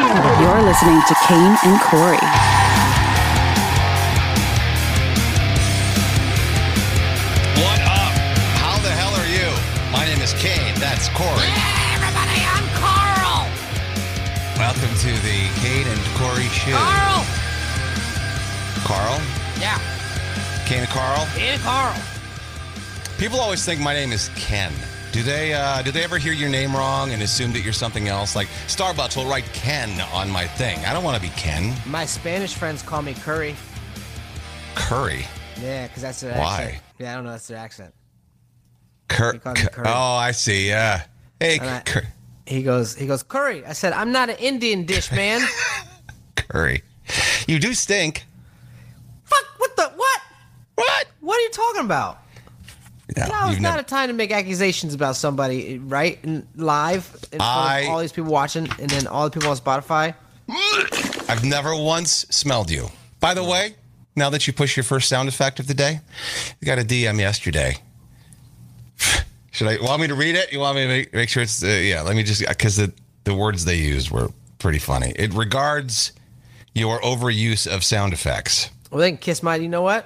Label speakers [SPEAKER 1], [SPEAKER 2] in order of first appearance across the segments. [SPEAKER 1] You're listening to Kane and Corey.
[SPEAKER 2] What up? How the hell are you? My name is Kane. That's Corey.
[SPEAKER 3] Hey, everybody, I'm Carl.
[SPEAKER 2] Welcome to the Kane and Corey show.
[SPEAKER 3] Carl.
[SPEAKER 2] Carl?
[SPEAKER 3] Yeah,
[SPEAKER 2] Kane and Carl?
[SPEAKER 3] it's Carl.
[SPEAKER 2] People always think my name is Ken. Do they uh, do they ever hear your name wrong and assume that you're something else? Like Starbucks will write Ken on my thing. I don't want to be Ken.
[SPEAKER 4] My Spanish friends call me Curry.
[SPEAKER 2] Curry.
[SPEAKER 4] Yeah, because that's their
[SPEAKER 2] Why?
[SPEAKER 4] accent. Yeah, I don't know. That's their accent.
[SPEAKER 2] Cur-
[SPEAKER 4] They call me
[SPEAKER 2] Cur-
[SPEAKER 4] Curry.
[SPEAKER 2] Oh, I see. Yeah. Hey,
[SPEAKER 4] And I-
[SPEAKER 2] Cur-
[SPEAKER 4] He goes, he goes, Curry. I said, I'm not an Indian dish, man.
[SPEAKER 2] Curry. You do stink.
[SPEAKER 4] Fuck, what the, what?
[SPEAKER 2] What?
[SPEAKER 4] What are you talking about?
[SPEAKER 2] No,
[SPEAKER 4] No,
[SPEAKER 2] you've
[SPEAKER 4] it's
[SPEAKER 2] never-
[SPEAKER 4] not a time to make accusations about somebody, right? And live in front
[SPEAKER 2] I-
[SPEAKER 4] of all these people watching and then all the people on Spotify.
[SPEAKER 2] I've never once smelled you. By the way, now that you push your first sound effect of the day, you got a DM yesterday. Should I want me to read it? You want me to make, make sure it's uh, yeah? Let me just because the the words they used were pretty funny. It regards your overuse of sound effects.
[SPEAKER 4] Well, they can kiss my, you know what?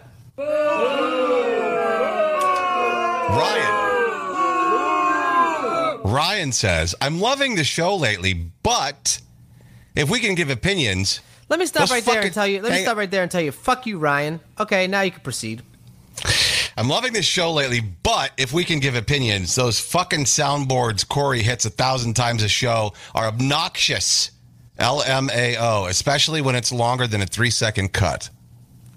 [SPEAKER 2] Ryan. Ryan says, "I'm loving the show lately, but if we can give opinions,
[SPEAKER 4] Let me stop
[SPEAKER 2] Let's
[SPEAKER 4] right there
[SPEAKER 2] fucking-
[SPEAKER 4] and tell you, let me
[SPEAKER 2] hang-
[SPEAKER 4] stop right there and tell you, fuck you, Ryan. Okay, now you can proceed.
[SPEAKER 2] I'm loving this show lately, but if we can give opinions, those fucking soundboards Corey hits a thousand times a show are obnoxious. LMAO, especially when it's longer than a three second cut.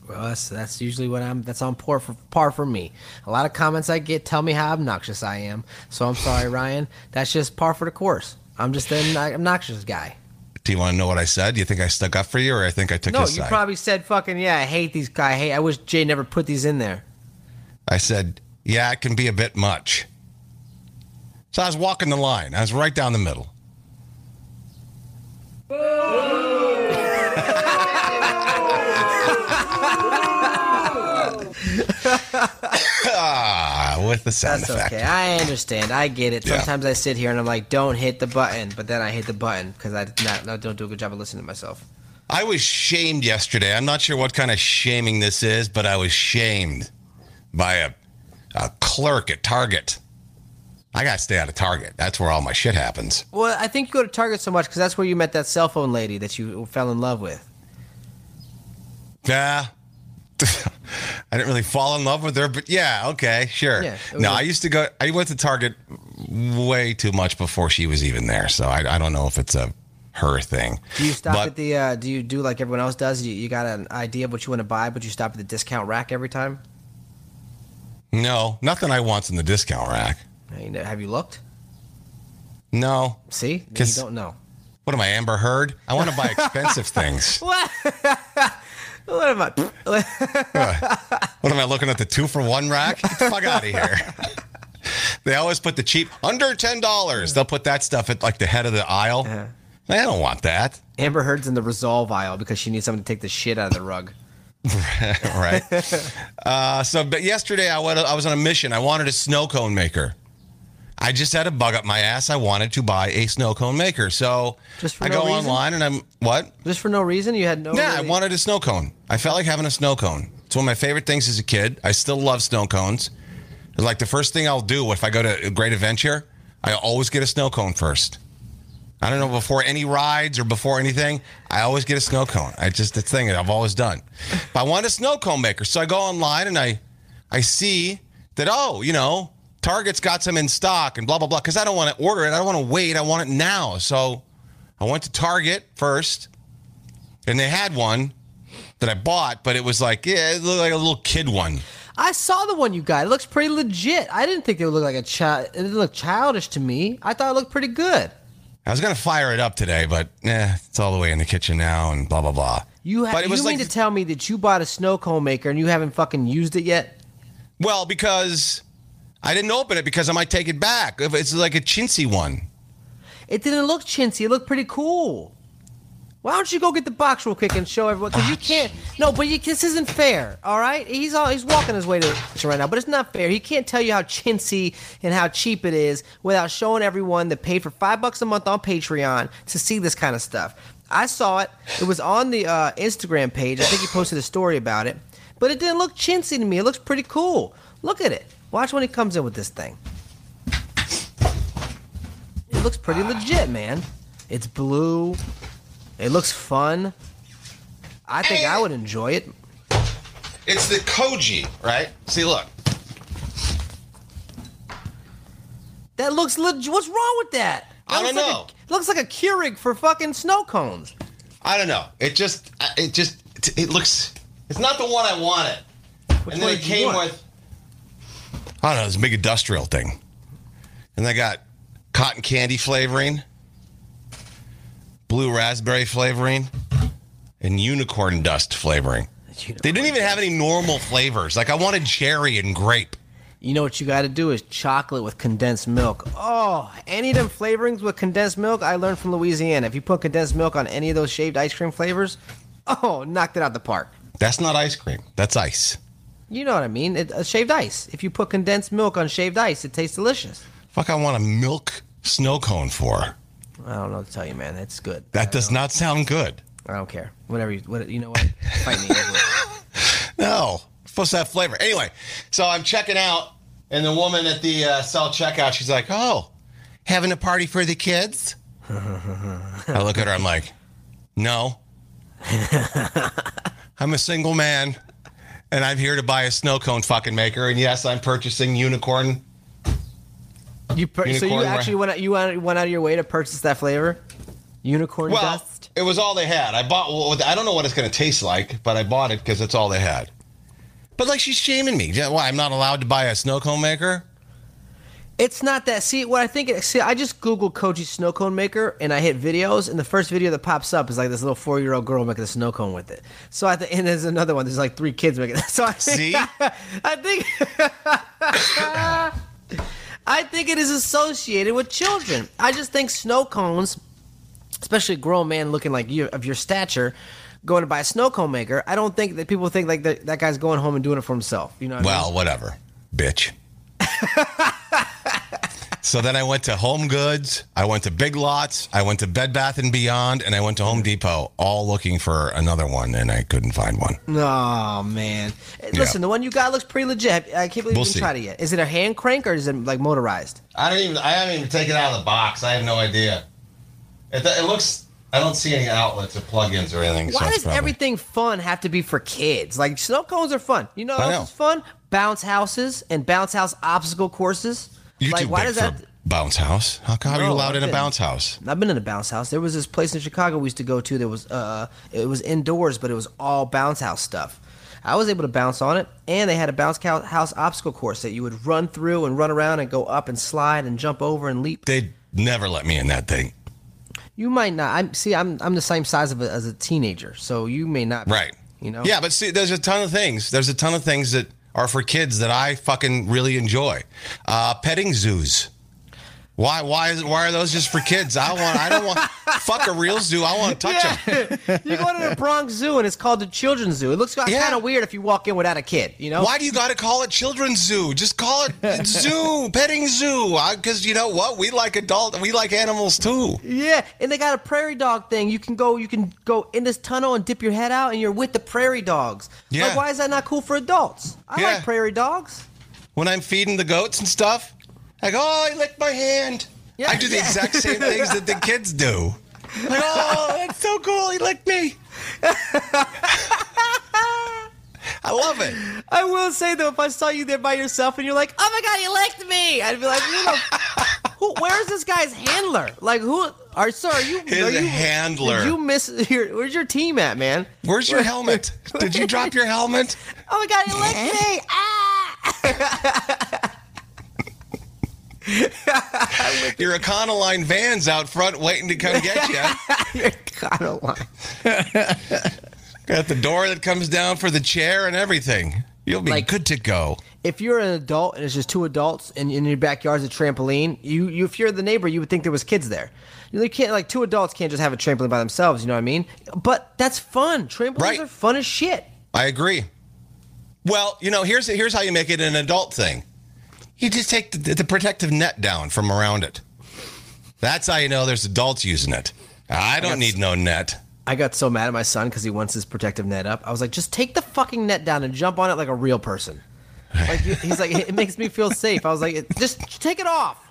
[SPEAKER 4] Well, that's, that's usually what I'm. That's on par for par for me. A lot of comments I get tell me how obnoxious I am. So I'm sorry, Ryan. That's just par for the course. I'm just an obnoxious guy.
[SPEAKER 2] Do you want to know what I said? Do you think I stuck up for you or I think I took
[SPEAKER 4] No,
[SPEAKER 2] your
[SPEAKER 4] you
[SPEAKER 2] side?
[SPEAKER 4] probably said fucking yeah. I hate these guy. Hey, I wish Jay never put these in there.
[SPEAKER 2] I said, yeah, it can be a bit much. So I was walking the line, I was right down the middle. ah, with the sound
[SPEAKER 4] That's
[SPEAKER 2] effect.
[SPEAKER 4] okay. I understand. I get it.
[SPEAKER 2] Yeah.
[SPEAKER 4] Sometimes I sit here and I'm like, don't hit the button, but then I hit the button because I did not, no, don't do a good job of listening to myself.
[SPEAKER 2] I was shamed yesterday. I'm not sure what kind of shaming this is, but I was shamed by a, a clerk at Target. I got to stay out of Target. That's where all my shit happens.
[SPEAKER 4] Well, I think you go to Target so much because that's where you met that cell phone lady that you fell in love with.
[SPEAKER 2] Yeah. I didn't really fall in love with her, but yeah, okay, sure.
[SPEAKER 4] Yeah, it was
[SPEAKER 2] no,
[SPEAKER 4] a-
[SPEAKER 2] I used to go, I went to Target way too much before she was even there. So I, I don't know if it's a her thing.
[SPEAKER 4] Do you stop
[SPEAKER 2] But-
[SPEAKER 4] at the? Uh, do you do like everyone else does? You, you got an idea of what you want to buy, but you stop at the discount rack every time.
[SPEAKER 2] No, nothing I want's in the discount rack.
[SPEAKER 4] I mean, have you looked?
[SPEAKER 2] No.
[SPEAKER 4] See, Then you
[SPEAKER 2] Guess-
[SPEAKER 4] don't know.
[SPEAKER 2] What am I, Amber Heard? I want to buy expensive things.
[SPEAKER 4] What? what am I?
[SPEAKER 2] What am I looking at the two for one rack? Get the fuck out of here. they always put the cheap under ten dollars. They'll put that stuff at like the head of the aisle.
[SPEAKER 4] Uh-huh.
[SPEAKER 2] I don't want that.
[SPEAKER 4] Amber Heard's in the resolve aisle because she needs someone to take the shit out of the rug.
[SPEAKER 2] right? uh, so, but yesterday I went. I was on a mission. I wanted a snow cone maker. I just had a bug up my ass. I wanted to buy a snow cone maker. So
[SPEAKER 4] Just for
[SPEAKER 2] I
[SPEAKER 4] no
[SPEAKER 2] go
[SPEAKER 4] reason?
[SPEAKER 2] online and I'm what?
[SPEAKER 4] Just for no reason, you had no.
[SPEAKER 2] Yeah, I
[SPEAKER 4] really-
[SPEAKER 2] wanted a snow cone. I felt like having a snow cone. It's one of my favorite things as a kid. I still love snow cones. It's like the first thing I'll do if I go to a great adventure, I always get a snow cone first. I don't know before any rides or before anything. I always get a snow cone. I just it's a thing that I've always done. But I want a snow cone maker, so I go online and I I see that oh you know Target's got some in stock and blah blah blah because I don't want to order it. I don't want to wait. I want it now. So I went to Target first, and they had one that I bought, but it was like yeah, it looked like a little kid one.
[SPEAKER 4] I saw the one you got. It looks pretty legit. I didn't think it would look like a child. It didn't look childish to me. I thought it looked pretty good.
[SPEAKER 2] I was gonna fire it up today, but eh, it's all the way in the kitchen now and blah blah blah.
[SPEAKER 4] You ha-
[SPEAKER 2] But it
[SPEAKER 4] you
[SPEAKER 2] was
[SPEAKER 4] mean
[SPEAKER 2] like-
[SPEAKER 4] to tell me that you bought a snow cone maker and you haven't fucking used it yet?
[SPEAKER 2] Well, because I didn't open it because I might take it back. If It's like a chintzy one.
[SPEAKER 4] It didn't look chintzy. It looked pretty cool. Why don't you go get the box real quick and show everyone? Because you can't. No, but you, this isn't fair. All right, he's all he's walking his way to the kitchen right now, but it's not fair. He can't tell you how chintzy and how cheap it is without showing everyone that paid for five bucks a month on Patreon to see this kind of stuff. I saw it. It was on the uh, Instagram page. I think he posted a story about it, but it didn't look chintzy to me. It looks pretty cool. Look at it. Watch when he comes in with this thing. It looks pretty legit, man. It's blue. It looks fun. I think I would enjoy it.
[SPEAKER 2] It's the Koji, right? See, look.
[SPEAKER 4] That looks legit. What's wrong with that? That
[SPEAKER 2] I don't
[SPEAKER 4] looks like
[SPEAKER 2] know.
[SPEAKER 4] a- looks like a Keurig for fucking snow cones.
[SPEAKER 2] I don't know. It just, I- it just, it- it looks. It's not the one I wanted. and
[SPEAKER 4] one
[SPEAKER 2] then it
[SPEAKER 4] did you
[SPEAKER 2] came
[SPEAKER 4] want?
[SPEAKER 2] with. I don't know. It's a big industrial thing, and they got cotton candy flavoring, blue raspberry flavoring, and unicorn dust flavoring. They didn't even have any normal flavors. Like I wanted cherry and grape.
[SPEAKER 4] You know what you got to do is chocolate with condensed milk. Oh, any of them flavorings with condensed milk, I learned from Louisiana. If you put condensed milk on any of those shaved ice cream flavors, oh, knocked it out the park.
[SPEAKER 2] That's not ice cream. That's ice.
[SPEAKER 4] You know what I mean? It, uh, shaved ice. If you put condensed milk on shaved ice, it tastes delicious.
[SPEAKER 2] Fuck! I want a milk snow cone for.
[SPEAKER 4] I don't know what to tell you, man. It's good.
[SPEAKER 2] That does not sound good.
[SPEAKER 4] I don't care. Whatever you, what, you know what? Fight me. Edward.
[SPEAKER 2] No, it's supposed to have flavor. Anyway, so I'm checking out, and the woman at the uh, self checkout, she's like, "Oh, having a party for the kids?" I look at her. I'm like, "No, I'm a single man, and I'm here to buy a snow cone fucking maker. And yes, I'm purchasing unicorn.
[SPEAKER 4] You per- so you
[SPEAKER 2] Unicorn ra-
[SPEAKER 4] actually went out, you went, went out of your way to purchase that flavor, unicorn
[SPEAKER 2] Well,
[SPEAKER 4] dust.
[SPEAKER 2] it was all they had. I bought. well, I don't know what it's going to taste like, but I bought it because it's all they had. But like, she's shaming me. Yeah, Why I'm not allowed to buy a snow cone maker?
[SPEAKER 4] It's not that. See what I think. It, see, I just googled Koji snow cone maker and I hit videos, and the first video that pops up is like this little four year old girl making a snow cone with it. So I th- and there's another one. There's like three kids making. So I think,
[SPEAKER 2] See?
[SPEAKER 4] I think. I think it is associated with children. I just think snow cones, especially a grown man looking like you of your stature, going to buy a snow cone maker. I don't think that people think like that, that guy's going home and doing it for himself. You know. What I mean?
[SPEAKER 2] Well, whatever, bitch. so then I went to Home Goods, I went to Big Lots, I went to Bed Bath and Beyond, and I went to Home Depot, all looking for another one, and I couldn't find one.
[SPEAKER 4] Oh man! Hey, Listen, the one you got looks pretty legit. I can't believe
[SPEAKER 2] We'll
[SPEAKER 4] you
[SPEAKER 2] see.
[SPEAKER 4] haven't tried it yet. Is it a hand crank or is it like motorized?
[SPEAKER 2] I don't even. I haven't even taken it out of the box. I have no idea. It, it looks. I don't see any outlets or plugins or anything. so
[SPEAKER 4] Why
[SPEAKER 2] it's
[SPEAKER 4] does
[SPEAKER 2] probably-
[SPEAKER 4] everything fun have to be for kids? Like snow cones are fun. You know
[SPEAKER 2] I
[SPEAKER 4] what
[SPEAKER 2] know.
[SPEAKER 4] else is fun? Bounce houses and bounce house obstacle courses.
[SPEAKER 2] You
[SPEAKER 4] like
[SPEAKER 2] too
[SPEAKER 4] why
[SPEAKER 2] big
[SPEAKER 4] does
[SPEAKER 2] for
[SPEAKER 4] that?
[SPEAKER 2] a bounce house? How, how are you
[SPEAKER 4] No,
[SPEAKER 2] allowed
[SPEAKER 4] I've
[SPEAKER 2] in a
[SPEAKER 4] been-
[SPEAKER 2] bounce house?
[SPEAKER 4] I've been in a bounce house. There was this place in Chicago we used to go to that was uh it was indoors but it was all bounce house stuff. I was able to bounce on it and they had a bounce cou- house obstacle course that you would run through and run around and go up and slide and jump over and leap.
[SPEAKER 2] They never let me in that thing.
[SPEAKER 4] You might not. I'm see. I'm I'm the same size of a, as a teenager, so you may not. be,
[SPEAKER 2] Right.
[SPEAKER 4] You know.
[SPEAKER 2] Yeah, but see, there's a ton of things. There's a ton of things that are for kids that I fucking really enjoy. Uh, petting zoos. Why? Why is? Why are those just for kids? I want. I don't want. fuck a real zoo. I want to touch them.
[SPEAKER 4] you go to the Bronx Zoo and it's called the Children's Zoo. It looks
[SPEAKER 2] Yeah.
[SPEAKER 4] kind of weird if you walk in without a kid. You know.
[SPEAKER 2] Why do you got to call it children's zoo? Just call it zoo, petting zoo. Because you know what? We like adult. We like animals too.
[SPEAKER 4] Yeah, and they got a prairie dog thing. You can go. You can go in this tunnel and dip your head out, and you're with the prairie dogs.
[SPEAKER 2] Yeah.
[SPEAKER 4] Like, why is that not cool for adults? I
[SPEAKER 2] Yeah.
[SPEAKER 4] like prairie dogs.
[SPEAKER 2] When I'm feeding the goats and stuff, I go, oh, I licked my hand.
[SPEAKER 4] Yeah.
[SPEAKER 2] I do the
[SPEAKER 4] Yeah.
[SPEAKER 2] exact same things that the kids do. Like, oh, that's so cool. He licked me. I love it.
[SPEAKER 4] I will say though, if I saw you there by yourself and you're like, "Oh my god, you liked me," I'd be like, "You know, who, where's this guy's handler? Like, who are sir? Are you
[SPEAKER 2] His
[SPEAKER 4] are you,
[SPEAKER 2] handler.
[SPEAKER 4] Did you miss your? Where's your team at, man?
[SPEAKER 2] Where's your helmet? Did you drop your helmet?
[SPEAKER 4] Oh my god, you licked me! Ah!
[SPEAKER 2] Your Econoline van's out front waiting to come get you.
[SPEAKER 4] You're kind of lying.
[SPEAKER 2] Got the door that comes down for the chair and everything. You'll be
[SPEAKER 4] Like-
[SPEAKER 2] good to go.
[SPEAKER 4] If you're an adult and it's just two adults and in your backyard's a trampoline, you, you if you're the neighbor, you would think there was kids there. They can't like two adults can't just have a trampoline by themselves. You know what I mean? But that's fun. Trampolines
[SPEAKER 2] Right.
[SPEAKER 4] are fun as shit.
[SPEAKER 2] I agree. Well, you know, here's here's how you make it an adult thing. You just take the, the protective net down from around it. That's how you know there's adults using it. I don't need no net.
[SPEAKER 4] I got so mad at my son because he wants his protective net up. I was like, just take the fucking net down and jump on it like a real person. Like you- he's like, it makes me feel safe. I was like, "It- just take it off.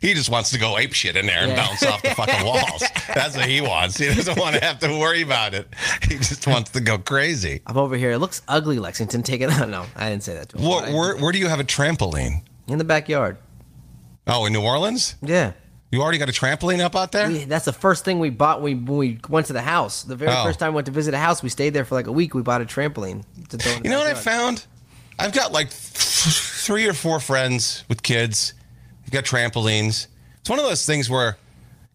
[SPEAKER 2] He just wants to go ape shit in there and
[SPEAKER 4] Yeah.
[SPEAKER 2] bounce off the fucking walls. That's what he wants. He doesn't want to have to worry about it. He just wants to go crazy.
[SPEAKER 4] I'm over here. It looks ugly, Lexington. Take it. No, I didn't say that to him. but
[SPEAKER 2] Where,
[SPEAKER 4] I-
[SPEAKER 2] where, where do you have a trampoline?
[SPEAKER 4] in the backyard.
[SPEAKER 2] Oh, in New Orleans?
[SPEAKER 4] Yeah.
[SPEAKER 2] You already got a trampoline up out there?
[SPEAKER 4] We- That's the first thing we bought when we, when we went to the house. The very
[SPEAKER 2] Oh.
[SPEAKER 4] first time we went to visit a house, we stayed there for like a week. We bought a trampoline. To throw in the
[SPEAKER 2] You know what I
[SPEAKER 4] backyard.
[SPEAKER 2] found? I've got like th- three or four friends with kids. You've got trampolines. It's one of those things where,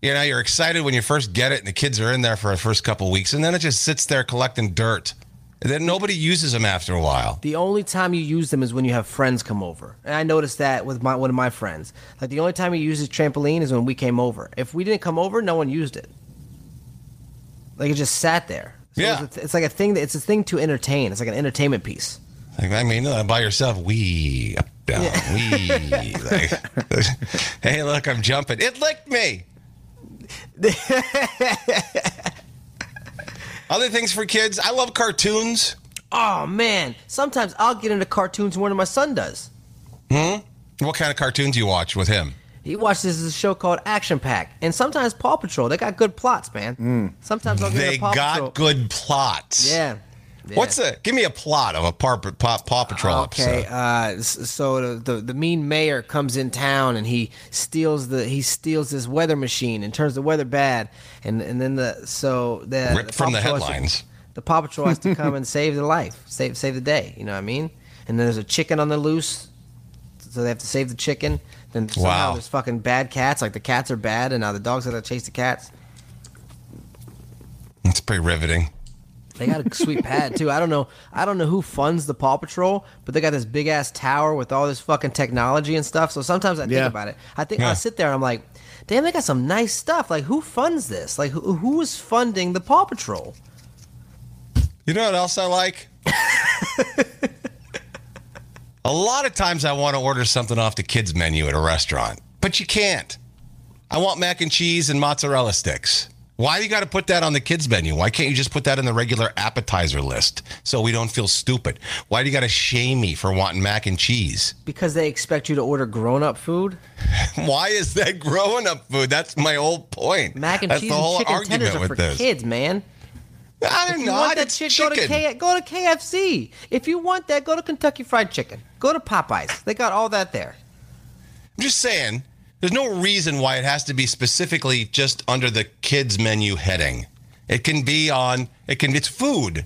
[SPEAKER 2] you know, you're excited when you first get it and the kids are in there for the first couple weeks and then it just sits there collecting dirt. And then nobody uses them after a while.
[SPEAKER 4] The only time you use them is when you have friends come over. And I noticed that with my one of my friends. Like the only time he uses trampoline is when we came over. If we didn't come over, no one used it. Like it just sat there. So
[SPEAKER 2] Yeah.
[SPEAKER 4] it's, a- it's like a thing that it's a thing to entertain. It's like an entertainment piece.
[SPEAKER 2] Like, I mean, uh, by yourself, we up down, we. Like, hey, look, I'm jumping. It licked me. Other things for kids. I love cartoons.
[SPEAKER 4] Oh man! Sometimes I'll get into cartoons more than my son does.
[SPEAKER 2] What kind of cartoons you watch with him?
[SPEAKER 4] He watches this show called Action Pack, and sometimes Paw Patrol. They got good plots, man. Sometimes I'll get
[SPEAKER 2] Mm. They
[SPEAKER 4] into Paw
[SPEAKER 2] got
[SPEAKER 4] Patrol.
[SPEAKER 2] good plots.
[SPEAKER 4] Yeah. Yeah.
[SPEAKER 2] What's a give me a plot of a Paw, Paw, Paw Patrol
[SPEAKER 4] Okay,
[SPEAKER 2] episode?
[SPEAKER 4] uh, s- so the, the the mean mayor comes in town and he steals the he steals this weather machine and turns the weather bad, and and then the so the
[SPEAKER 2] Ripped
[SPEAKER 4] the
[SPEAKER 2] from the
[SPEAKER 4] Paw Patrol has to-
[SPEAKER 2] headlines.
[SPEAKER 4] the Paw Patrol has to come and save the life, save save the day. You know what I mean? And then there's a chicken on the loose, so they have to save the chicken. Then somehow
[SPEAKER 2] Wow.
[SPEAKER 4] there's fucking bad cats. Like the cats are bad, and now the dogs gotta chase the cats.
[SPEAKER 2] It's pretty riveting.
[SPEAKER 4] They got a sweet pad too. I don't know. I don't know who funds the Paw Patrol, but they got this big ass tower with all this fucking technology and stuff. So sometimes I think
[SPEAKER 5] Yeah.
[SPEAKER 4] about it. I think
[SPEAKER 2] Yeah.
[SPEAKER 4] I sit there and I'm like, damn, they got some nice stuff. Like who funds this? Like who, who is funding the Paw Patrol?
[SPEAKER 2] You know what else I like? a lot of times I want to order something off the kids' menu at a restaurant, but you can't. I want mac and cheese and mozzarella sticks. Why do you got to put that on the kids' menu? Why can't you just put that in the regular appetizer list so we don't feel stupid? Why do you got to shame me for wanting mac and cheese?
[SPEAKER 4] Because they expect you to order grown up food.
[SPEAKER 2] Why is that growing up food? That's my whole point.
[SPEAKER 4] Mac and
[SPEAKER 2] That's
[SPEAKER 4] cheese
[SPEAKER 2] the whole
[SPEAKER 4] and chicken
[SPEAKER 2] argument
[SPEAKER 4] tenders are
[SPEAKER 2] with
[SPEAKER 4] for
[SPEAKER 2] this.
[SPEAKER 4] kids, man.
[SPEAKER 2] I don't
[SPEAKER 4] If you
[SPEAKER 2] know.
[SPEAKER 4] want that
[SPEAKER 2] It's
[SPEAKER 4] shit,
[SPEAKER 2] chicken.
[SPEAKER 4] go to K- go to KFC. If you want that, go to Kentucky Fried Chicken. Go to Popeyes. They got all that there.
[SPEAKER 2] I'm just saying, there's no reason why it has to be specifically just under the kids menu heading. It can be on. It can. It's food.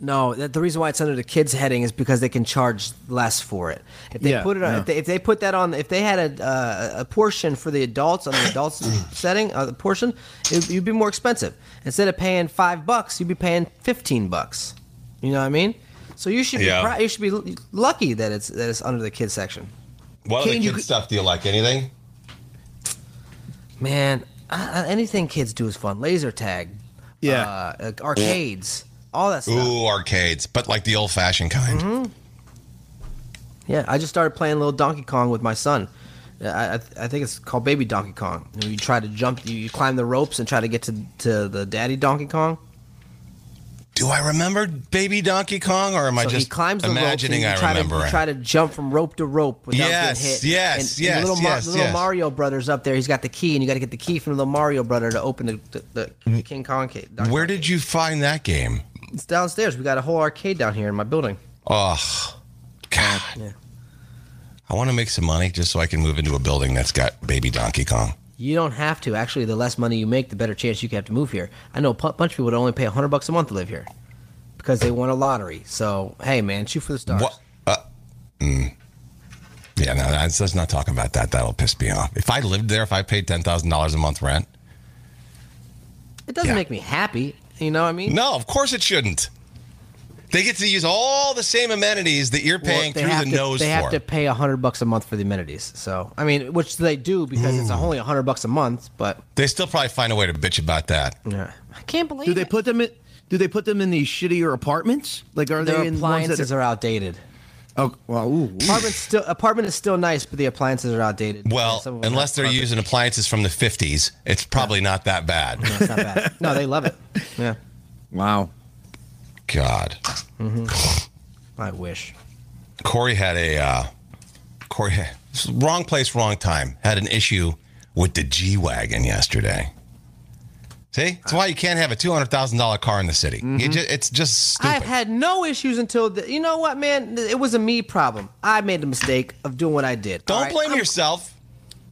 [SPEAKER 4] No, that the reason why it's under the kids heading is because they can charge less for it. If they
[SPEAKER 5] Yeah,
[SPEAKER 4] put it on,
[SPEAKER 5] yeah.
[SPEAKER 4] if, they, if they put that on, if they had a uh, a portion for the adults on the adults setting, uh, the portion, it, you'd be more expensive. Instead of paying five bucks, you'd be paying fifteen bucks. You know what I mean? So you should
[SPEAKER 2] Yeah.
[SPEAKER 4] be pri- you should be l- lucky that it's that it's under the kids section.
[SPEAKER 2] What other
[SPEAKER 4] Can you-
[SPEAKER 2] kid stuff do you like? Anything?
[SPEAKER 4] Man, uh, anything kids do is fun. Laser tag,
[SPEAKER 5] Yeah.
[SPEAKER 4] uh, uh, arcades, all that stuff. Mm-hmm.
[SPEAKER 2] Ooh, arcades, but like the old-fashioned kind.
[SPEAKER 4] Yeah, I just started playing little Donkey Kong with my son. I, I, I think it's called Baby Donkey Kong. You, know, you try to jump, you, you climb the ropes and try to get to, to the daddy Donkey Kong.
[SPEAKER 2] Do I remember Baby Donkey Kong, or am I
[SPEAKER 4] So
[SPEAKER 2] just
[SPEAKER 4] he climbs the
[SPEAKER 2] imagining
[SPEAKER 4] ropes and you
[SPEAKER 2] I
[SPEAKER 4] try
[SPEAKER 2] remember
[SPEAKER 4] to,
[SPEAKER 2] it?
[SPEAKER 4] you try to jump from rope to rope without
[SPEAKER 2] Yes,
[SPEAKER 4] getting hit.
[SPEAKER 2] yes,
[SPEAKER 4] and,
[SPEAKER 2] yes,
[SPEAKER 4] and little Mar-
[SPEAKER 2] yes,
[SPEAKER 4] little
[SPEAKER 2] yes.
[SPEAKER 4] Mario Brothers up there. He's got the key, and you got to get the key from little Mario Brother to open the, the, the King Kong cage.
[SPEAKER 2] Mm. Where did you find that game?
[SPEAKER 4] It's downstairs. We got a whole arcade down here in my building.
[SPEAKER 2] Oh, God. I want to make some money just so I can move into a building that's got baby Donkey Kong.
[SPEAKER 4] You don't have to. Actually, the less money you make, the better chance you have to move here. I know a pu- bunch of people that only pay 100 bucks a month to live here because they won a lottery. So, hey, man, shoot for the stars.
[SPEAKER 2] What? Uh, mm. Yeah, no, that's, let's not talk about that. That'll piss me off. If I lived there, if I paid ten thousand dollars a month rent,
[SPEAKER 4] It doesn't
[SPEAKER 2] Yeah.
[SPEAKER 4] make me happy. You know what I mean?
[SPEAKER 2] no, of course it shouldn't. They get to use all the same amenities that you're
[SPEAKER 4] Well,
[SPEAKER 2] paying
[SPEAKER 4] they
[SPEAKER 2] through
[SPEAKER 4] have
[SPEAKER 2] the
[SPEAKER 4] to-
[SPEAKER 2] nose
[SPEAKER 4] They
[SPEAKER 2] for.
[SPEAKER 4] have to pay a hundred bucks a month for the amenities. So I mean, which they do because it's
[SPEAKER 2] Mm.
[SPEAKER 4] only a hundred bucks a month. But
[SPEAKER 2] They still probably find a way to bitch about that.
[SPEAKER 4] yeah. I can't believe
[SPEAKER 5] Do they put them in? Do they put them in these shittier apartments? Like, are
[SPEAKER 4] their
[SPEAKER 5] they in ones
[SPEAKER 4] appliances
[SPEAKER 5] that
[SPEAKER 4] are outdated.
[SPEAKER 5] Oh, well, ooh, ooh.
[SPEAKER 4] Apartment still apartment is still nice, but the appliances are outdated.
[SPEAKER 2] Well,
[SPEAKER 4] And some of them
[SPEAKER 2] unless
[SPEAKER 4] have
[SPEAKER 2] they're using appliances from the 50s, it's probably not that bad.
[SPEAKER 4] carpet. It's not bad. No, they love it. Yeah,
[SPEAKER 5] Wow.
[SPEAKER 2] God.
[SPEAKER 4] I wish.
[SPEAKER 2] Corey had a uh, Corey wrong place, wrong time. Had an issue with the G wagon yesterday. See, that's why you can't have a two hundred thousand dollar car in the city. You ju- it's just stupid.
[SPEAKER 4] Mm-hmm. I've had no issues until the, you know what, man. It was a me problem. I made the mistake of doing what I did.
[SPEAKER 2] Don't
[SPEAKER 4] all right?
[SPEAKER 2] blame
[SPEAKER 4] I'm-
[SPEAKER 2] yourself.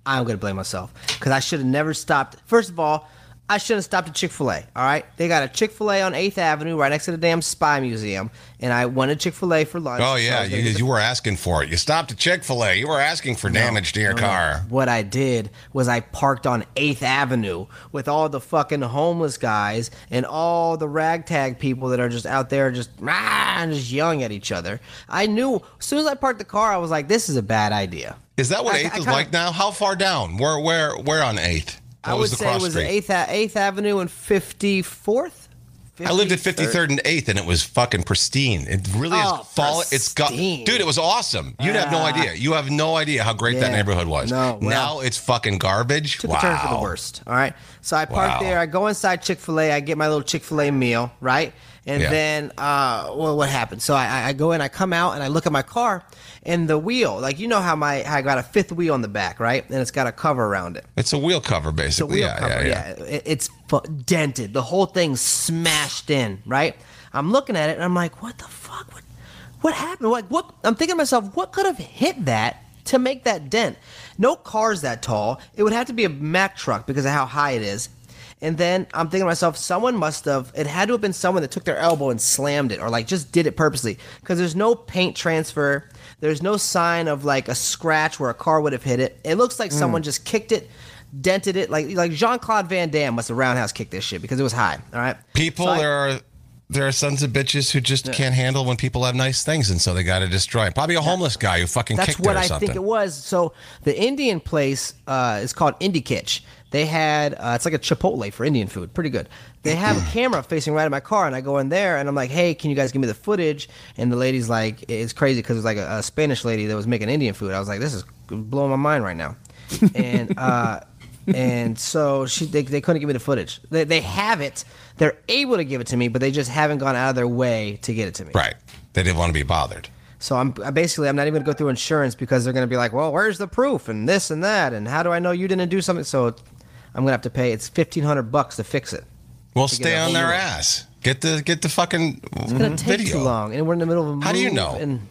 [SPEAKER 4] I'm gonna blame myself because I should have never stopped. First of all, I should have stopped at Chick Fil A. All right, they got a Chick Fil A on Eighth Avenue, right next to the damn Spy Museum, and I went to Chick Fil A for lunch.
[SPEAKER 2] Oh
[SPEAKER 4] So I
[SPEAKER 2] yeah,
[SPEAKER 4] was gonna
[SPEAKER 2] you,
[SPEAKER 4] get the-
[SPEAKER 2] you were asking for it. You stopped at Chick Fil A. You were asking for damage to your car.
[SPEAKER 4] What I did was I parked on 8th Avenue with all the fucking homeless guys and all the ragtag people that are just out there just, "Rah," and just yelling at each other. I knew as soon as I parked the car, I was like, this is a bad idea.
[SPEAKER 2] Is that what
[SPEAKER 4] I- I
[SPEAKER 2] Eighth is
[SPEAKER 4] kinda-
[SPEAKER 2] like now? How far down? Where where where on Eighth? What
[SPEAKER 4] I would
[SPEAKER 2] was the
[SPEAKER 4] say
[SPEAKER 2] cross
[SPEAKER 4] it was
[SPEAKER 2] street?
[SPEAKER 4] 8th, A- 8th Avenue and 54th.
[SPEAKER 2] I lived at 53rd and 8th, and it was fucking pristine. It really
[SPEAKER 4] Oh,
[SPEAKER 2] is fall. It's got,
[SPEAKER 4] pristine. Ah.
[SPEAKER 2] dude. It was awesome. You'd have no idea. You have no idea how great that
[SPEAKER 4] Yeah.
[SPEAKER 2] neighborhood was.
[SPEAKER 4] No, well-
[SPEAKER 2] now it's fucking garbage.
[SPEAKER 4] took
[SPEAKER 2] wow.
[SPEAKER 4] a turn for the worst. All right. So I park
[SPEAKER 2] Wow.
[SPEAKER 4] there. I go inside Chick Fil A. I get my little Chick Fil A meal, right? And
[SPEAKER 2] Yeah.
[SPEAKER 4] then, uh, well, what happened? So I- I, I go in, I come out, and I look at my car, and the wheel. Like you know how my how I got a fifth wheel on the back, right? And it's got a cover around it.
[SPEAKER 2] It's a wheel cover,
[SPEAKER 4] It's a
[SPEAKER 2] basically.
[SPEAKER 4] wheel
[SPEAKER 2] yeah,
[SPEAKER 4] cover.
[SPEAKER 2] yeah, yeah,
[SPEAKER 4] Yeah, It- it's fu- dented. The whole thing's smashed in. Right. I'm looking at it, and I'm like, what the fuck? What, what happened? Like, what? I'm thinking to myself, what could have hit that to make that dent? No car's that tall. It would have to be a Mack truck because of how high it is. And then I'm thinking to myself, someone must have. It had to have been someone that took their elbow and slammed it, or like just did it purposely, because there's no paint transfer. There's no sign of like a scratch where a car would have hit it. It looks like someone just kicked it, dented it. Like like Jean Claude Van Damme must have roundhouse kicked this shit because it was high. All right.
[SPEAKER 2] People,
[SPEAKER 4] So I-
[SPEAKER 2] there are there are sons of bitches who just can't handle when people have nice things, and so they got to destroy. it. Probably a homeless guy who fucking
[SPEAKER 4] That's
[SPEAKER 2] kicked
[SPEAKER 4] what
[SPEAKER 2] it or
[SPEAKER 4] I
[SPEAKER 2] something.
[SPEAKER 4] think it was. So the Indian place uh, is called Indie Kitch. They had uh, it's like a Chipotle for Indian food, pretty good. They have a camera facing right at my car, and I go in there and I'm like, "Hey, can you guys give me the footage?" And the lady's like, "It's crazy because it's like a, a Spanish lady that was making Indian food." I was like, "This is blowing my mind right now," and uh, and so she they, they couldn't give me the footage. They, they have it. They're able to give it to me, but they just haven't gone out of their way to get it to me.
[SPEAKER 2] Right. They didn't want to be bothered.
[SPEAKER 4] So I'm I basically I'm not even gonna go through insurance because they're gonna be like, well, where's the proof and this and that and how do I know you didn't do something? So I'm gonna have to pay. It's fifteen hundred bucks to fix it.
[SPEAKER 2] Well,
[SPEAKER 4] get
[SPEAKER 2] stay
[SPEAKER 4] a
[SPEAKER 2] on
[SPEAKER 4] whole
[SPEAKER 2] their
[SPEAKER 4] new-
[SPEAKER 2] ass. Get the get the fucking
[SPEAKER 4] It's gonna take
[SPEAKER 2] Mhm. video.
[SPEAKER 4] too long, and we're in the middle of a move.
[SPEAKER 2] How do you know?
[SPEAKER 4] And